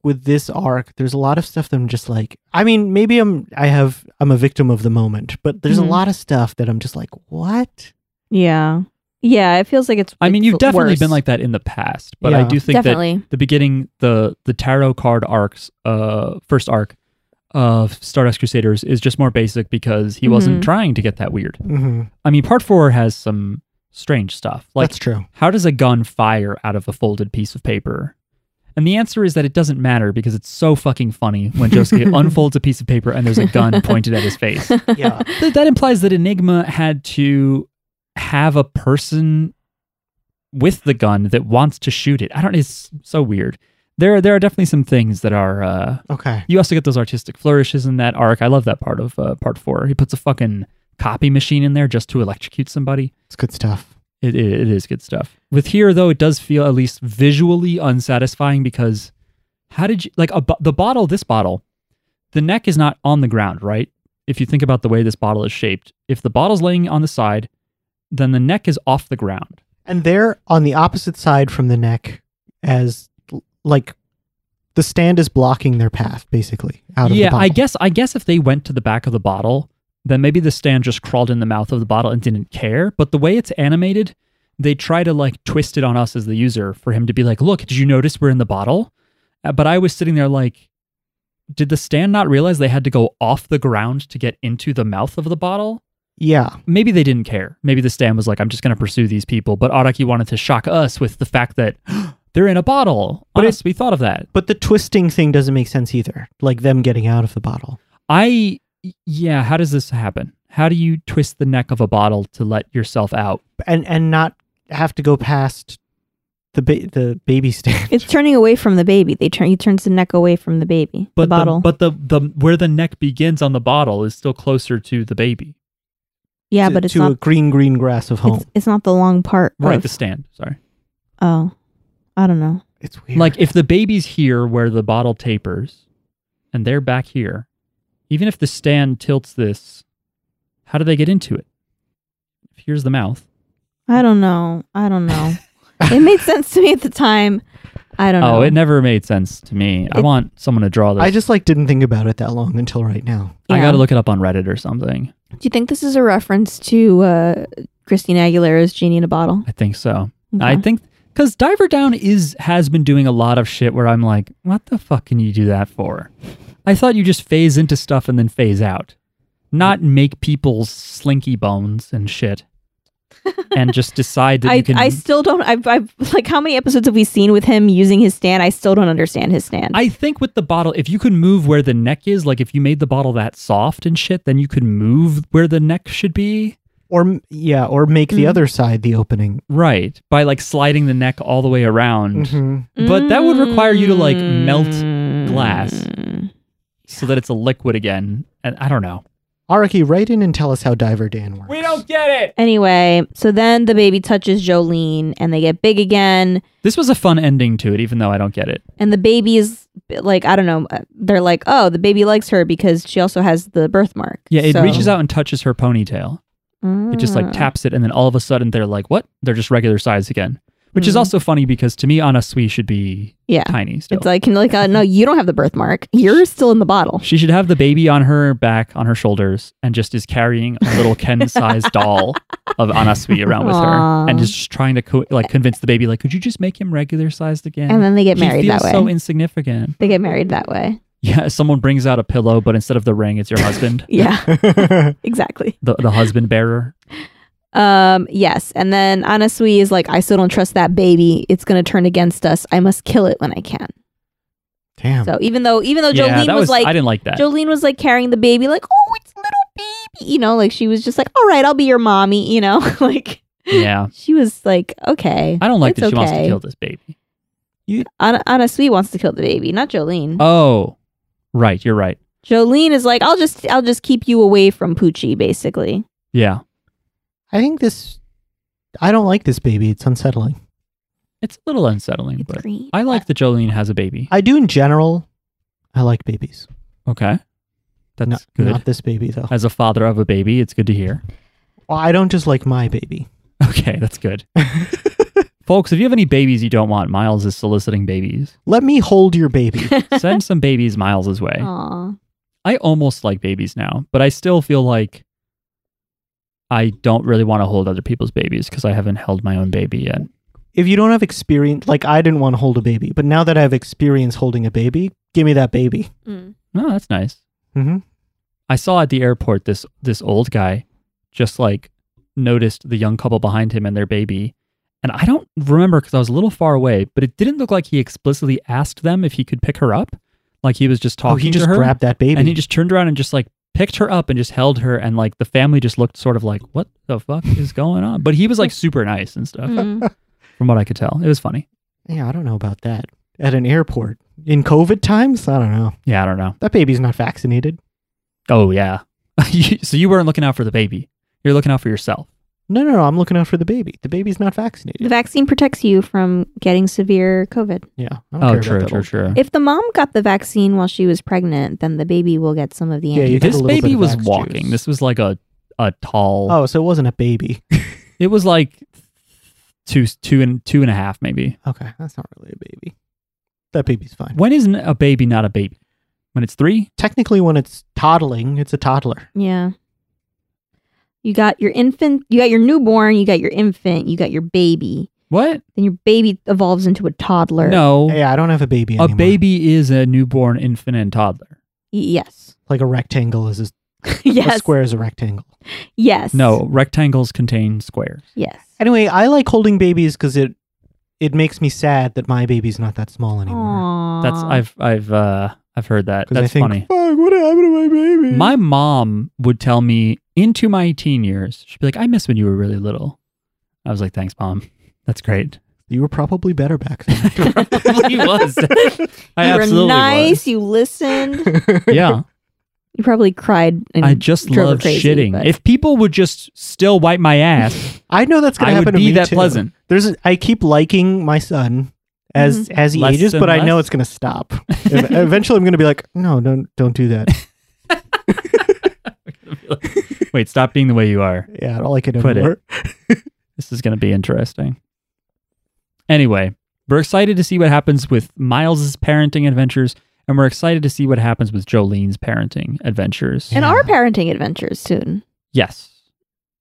S2: with this arc, there's a lot of stuff that I'm just like I mean, maybe I'm I have I'm a victim of the moment, but there's
S4: Mhm.
S2: a lot of stuff that I'm just like, what?
S4: Yeah. Yeah. It feels like it's.
S3: I mean,
S4: it's
S3: you've definitely
S4: worse.
S3: been like that in the past, but I
S2: Yeah.
S3: do think that
S4: definitely.
S3: the beginning, the the tarot card arcs, uh, first arc of Stardust Crusaders is just more basic because he wasn't
S4: Mhm.
S3: trying to get that weird.
S2: Mm-hmm.
S3: I mean, part four has some strange stuff. Like,
S2: That's
S3: *laughs*
S2: true.
S3: how does a gun fire out of a folded piece of paper? And the answer is that it doesn't matter because it's so fucking funny when Josuke unfolds a piece of paper and there's a gun pointed at his face.
S2: Yeah.
S3: Th- that implies that Enigma had to have a person with the gun that wants to shoot it. I don't. It's so weird. There, there are definitely some things that are. Uh,
S2: *laughs* Okay.
S3: you also get those artistic flourishes in that arc. I love that part of uh, part four. He puts a fucking copy machine in there just to electrocute somebody.
S2: It's good stuff.
S3: It, it, it is good stuff. With here though, it does feel at least visually unsatisfying because how did you like a, bo- the bottle? This bottle, the neck is not on the ground, right? if you think about the way this bottle is shaped, if the bottle's laying on the side, then the neck is off the ground.
S2: And they're on the opposite side from the neck, as l- like the stand is blocking their path, basically. Out of
S3: yeah,
S2: the
S3: I
S2: bottle.
S3: guess I guess if they went to the back of the bottle, then maybe the stand just crawled in the mouth of the bottle and didn't care. But the way it's animated, they try to like twist it on us as the user for him to be like, "Look, did you notice we're in the bottle?" Uh, But I was sitting there like, did the stand not realize they had to go off the ground to get into the mouth of the bottle?
S2: Yeah,
S3: maybe they didn't care. Maybe the stand was like, I'm just going to pursue these people. But Araki wanted to shock us with the fact that *gasps* they're in a bottle.
S2: But it-
S3: Honest, we thought of that.
S2: but the twisting thing doesn't make sense either. Like them getting out of the bottle.
S3: I, yeah, how does this happen? How do you twist the neck of a bottle to let yourself out?
S2: and and not have to go past the ba- the baby stand.
S4: It's turning away from the baby. They turn. He turns the neck away from the baby.
S3: But
S4: the bottle.
S3: but the, the where the neck begins on the bottle is still closer to the baby.
S4: yeah,
S2: to,
S4: but it's
S2: to a
S4: not.
S2: green green grass of home.
S4: It's, it's not the long part.
S3: Right,
S4: of-
S3: the stand. Sorry.
S4: oh, I don't know.
S2: It's, weird.
S3: Like if the baby's here where the bottle tapers and they're back here, even if the stand tilts this, how do they get into it? Here's the mouth.
S4: I don't know. I
S3: *laughs*
S4: don't know. it made sense to me at the time. I don't know.
S3: Oh, it never made sense to me. I
S4: It-
S3: want someone to draw this.
S2: I just like didn't think about it that long until right now.
S3: I
S4: Yeah.
S3: got to look it up on Reddit or something.
S4: Do you think this is a reference to uh, Christina Aguilera's "Genie in a Bottle"?
S3: I think so. I
S4: Okay.
S3: think because Diver Down is has been doing a lot of shit where I'm like, what the fuck can you do that for? I thought you just phase into stuff and then phase out, not make people's slinky bones and
S4: *laughs*
S3: shit, and just decide that
S4: I,
S3: you can.
S4: I still don't. I've, I've like how many episodes have we seen with him using his stand? I still don't understand his stand.
S3: I think with the bottle, if you could move where the neck is, like if you made the bottle that soft and shit, then you could move where the neck should be.
S2: Or m- yeah, or make the
S4: Mhm.
S2: other side the opening.
S3: Right. By like sliding the neck all the way around.
S4: Mm-hmm.
S2: Mhm.
S3: But that would require you to like melt glass.
S4: Mm.
S3: so that it's a liquid again. And I don't know.
S2: Araki, write in and tell us how Diver Dan works.
S3: get it.
S4: Anyway, so then the baby touches Jolene, and they get big again.
S3: This was a fun ending to it, even though I don't get it.
S4: And the baby is like, I don't know. uh, They're like, oh, the baby likes her because she also has the birthmark.
S3: Yeah, it
S4: So-
S3: reaches out and touches her ponytail. It just like
S4: Mm.
S3: taps it, and then all of a sudden they're like, "What?" They're just regular size again, which is
S4: Mhm.
S3: also funny because to me, Anna Sui should be
S4: Yeah.
S3: tiny still.
S4: It's like, and like, uh, no, you don't have the birthmark. You're still in the bottle.
S3: she should have the baby on her back, on her shoulders, and just is carrying a little
S4: *laughs*
S3: Ken-sized doll of Anna Sui around with
S4: Aw.
S3: her, and is just trying to co- like convince the baby, like, "Could you just make him regular sized again?"
S4: And then they get
S3: He
S4: married
S3: feels
S4: that way.
S3: So insignificant.
S4: they get married that way.
S3: Yeah, *laughs* someone brings out a pillow, but instead of the ring, it's your
S4: *laughs*
S3: husband.
S4: Yeah,
S3: *laughs*
S4: exactly.
S3: the, the husband bearer.
S4: Um, yes. And then Anasui is like, I still don't trust that baby. It's going to turn against us. I must kill it when I can.
S2: *laughs* Damn.
S4: So even though, even though Jolene
S3: that
S4: was, like,
S3: I didn't like that.
S4: Jolene was like carrying the baby, like, oh, it's little baby. You know, like she was just like, all right, I'll be your mommy. You know, *laughs* like
S3: yeah,
S4: she was like, okay.
S3: I don't like
S4: It's
S3: that she wants to
S4: okay.
S3: kill this baby.
S4: Anna, Anna Sui wants to kill the baby, not Jolene.
S3: Oh, right, you're right.
S4: Jolene is like, I'll just, I'll just keep you away from Poochie, basically.
S3: Yeah,
S2: I think this. I don't like this baby. It's unsettling.
S3: it's a little unsettling,
S4: It's
S3: but
S4: green.
S3: I like that Jolene has a baby.
S2: I do in general. I like babies.
S3: Okay, that's
S2: not,
S3: good.
S2: not this baby though.
S3: As a father of a baby, it's good to hear. *laughs*
S2: Well, I don't just like my baby.
S3: Okay, that's
S4: *laughs*
S3: good. Folks, if you have any babies you don't want, Miles is soliciting
S4: *laughs*
S3: babies.
S2: Let me hold your baby.
S3: Send some babies Miles's way.
S4: Aw.
S3: I almost like babies now, but I still feel like I don't really want to hold other people's babies because I haven't held my own baby yet.
S2: if you don't have experience, like I didn't want to hold a baby, but now that I have experience holding a baby, give me that baby.
S4: Mm.
S3: No, that's nice.
S2: hmm
S3: I saw at the airport this this old guy just like noticed the young couple behind him and their baby. And I don't remember because I was a little far away, but it didn't look like he explicitly asked them if he could pick her up. Like he was just
S2: Oh,
S3: talking
S2: he
S3: to
S2: just
S3: her.
S2: grabbed that baby.
S3: and he just turned around and just like picked her up and just held her and like the family just looked sort of like, What the fuck is going on? But he was like super nice and stuff,
S4: Mm.
S3: from what I could tell. It was funny.
S2: yeah, I don't know about that. At an airport in COVID times, I don't know.
S3: Yeah, I don't know.
S2: That baby's not vaccinated.
S3: *laughs* Oh yeah. You- so you weren't looking out for the baby. You're looking out for yourself.
S2: No, no, no. I'm looking out for the baby. The baby's not vaccinated.
S4: The vaccine protects you from getting severe COVID.
S2: yeah. I don't care
S3: Oh,
S2: about
S3: true,
S2: that
S3: true,
S2: old-
S3: true.
S4: If the mom got the vaccine while she was pregnant, then the baby will get some of the
S2: Yeah, you-
S4: anti.
S2: had a
S3: This
S2: little bit
S3: baby
S2: of
S3: was
S2: Vax
S3: walking.
S2: juice.
S3: This was like a a tall.
S2: Oh, so it wasn't a baby.
S3: It was like two two and two and a half maybe.
S2: Okay, that's not really a baby. That baby's fine.
S3: When isn't a baby not a baby? When it's three?
S2: Technically, when it's toddling, it's a toddler.
S4: yeah. You got your infant, you got your newborn, you got your infant, you got your baby.
S3: What?
S4: Then your baby evolves into a toddler.
S3: No.
S2: Hey, I don't have a baby
S3: Oh. a
S2: anymore.
S3: baby is a newborn infant and toddler. *laughs*
S4: Y- yes.
S2: like a rectangle is a, a
S4: yes.
S2: square is a rectangle.
S4: Yes.
S3: No, rectangles contain squares.
S4: Yes.
S2: Anyway, I like holding babies because it it makes me sad that my baby's not that small anymore.
S4: Aww.
S3: That's I've I've uh I've heard that.
S2: Because I
S3: That's
S2: think,
S3: funny.
S2: Fuck, what happened to my baby?
S3: My mom would tell me into my teen years, she'd be like, I miss when you were really little. I was like, Thanks, mom. That's great. *laughs*
S2: you were probably better back then. *laughs*
S3: Probably was. I
S4: you
S3: absolutely
S4: were nice.
S3: was.
S4: You listened.
S3: *laughs* Yeah.
S4: You probably cried. And
S3: I just
S4: drove her
S3: love
S4: crazy,
S3: shitting.
S4: but-
S3: If people would just still wipe my ass,
S2: I know that's gonna
S3: I
S2: happen
S3: would
S2: to
S3: be
S2: me
S3: that
S2: too.
S3: pleasant.
S2: There's a- I keep liking my son as
S4: Mm-hmm.
S2: as he
S3: Less
S2: ages,
S3: and
S2: but I know
S3: less?
S2: it's gonna
S3: *laughs*
S2: stop. Ev- Eventually, I'm gonna be like, no, don't don't do that.
S3: Wait, stop being the way you are.
S2: Yeah, I don't like it
S3: Quit it.
S2: anymore.
S4: *laughs*
S3: This is going to be interesting. Anyway, we're excited to see what happens with Miles's parenting adventures, and we're excited to see what happens with Jolene's parenting adventures.
S4: and
S2: Yeah.
S4: our parenting adventures soon.
S3: yes.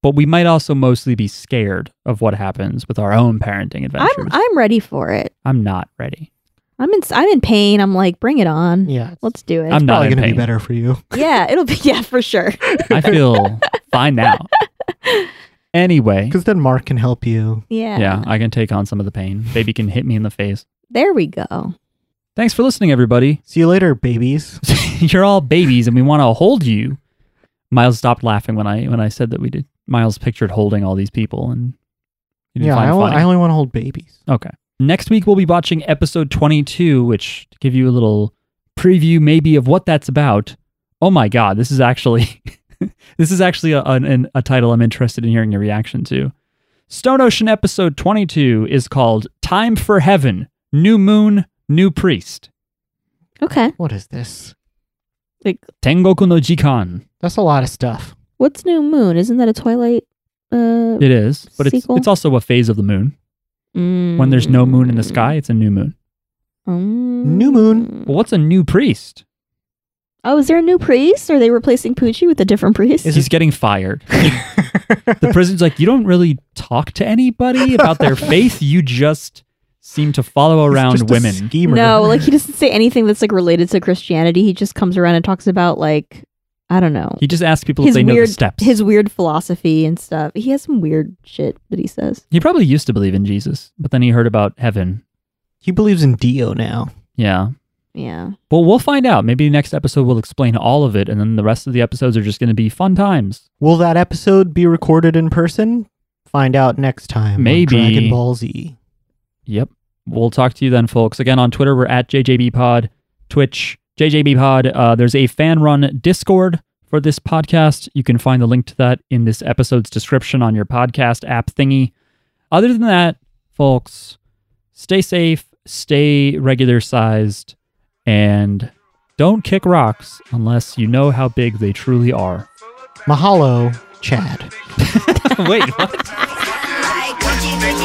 S3: But we might also mostly be scared of what happens with our own parenting adventures.
S4: I'm I'm ready for it.
S3: I'm not ready.
S4: I'm in I'm in pain. I'm like, bring it on.
S2: Yeah, it's
S4: Let's do it.
S3: I'm *laughs* not
S2: probably
S3: in
S2: gonna
S3: pain.
S2: be better for you.
S4: *laughs* yeah, it'll be yeah for sure.
S3: I feel fine now. Anyway,
S2: Because then Mark can help you.
S4: Yeah.
S3: yeah, I can take on some of the pain. Baby can hit me in the face.
S4: There we go.
S3: Thanks for listening, everybody. *laughs*
S2: See you later, babies.
S3: You're all babies, and we want to hold you. Miles stopped laughing when I when I said that we did. Miles pictured holding all these people, and he didn't
S2: Yeah,
S3: find
S2: I,
S3: it
S2: only-
S3: funny.
S2: I only want to hold babies.
S3: Okay. Next week we'll be watching episode 22, which to give you a little preview maybe of what that's about. Oh my god, this is actually *laughs* this is actually a, an- an- a title I'm interested in hearing your reaction to. Stone Ocean episode 22 is called Time for Heaven, New Moon, New Priest.
S4: Okay.
S2: What is this?
S4: Like,
S3: Tengoku no Jikan.
S2: That's a lot of
S4: *laughs*
S2: stuff.
S4: what's New Moon? Isn't that a Twilight? Uh,
S3: It is, but it's
S4: Sequel?
S3: it's also a phase of the moon. When there's no moon in
S4: Mm.
S3: the sky, it's a new moon.
S2: New moon.
S3: Well, what's a new priest?
S4: Oh, is there a new priest? Are they replacing Poochie with a different priest?
S3: He's getting fired. the prison's like, you don't really talk to anybody about their faith. You just seem to follow
S2: He's
S3: around
S2: just a
S3: women.
S2: schemer.
S4: no, like he doesn't say anything that's like related to Christianity. He just comes around and talks about like I don't know
S3: he just asks people if
S4: his
S3: they know the
S4: weird
S3: steps.
S4: his weird philosophy and stuff. He has some weird shit that he says.
S3: he probably used to believe in Jesus, but then he heard about heaven.
S2: he believes in Dio now.
S3: Yeah.
S4: Yeah.
S3: Well, we'll find out. Maybe the next episode will explain all of it, and then the rest of the episodes are just going to be fun times.
S2: Will that episode be recorded in person? Find out next time. on
S3: Maybe.
S2: Dragon Ball Z.
S3: Yep. We'll talk to you then, folks. Again, on Twitter, we're at JJBpod, Twitch, JJBpod. Uh, there's a fan run Discord for this podcast. You can find the link to that in this episode's description on your podcast app thingy. Other than that, folks, stay safe, stay regular sized, and don't kick rocks unless you know how big they truly are.
S2: Mahalo, Chad.
S3: Wait, what?
S5: Like Gucci, Gucci,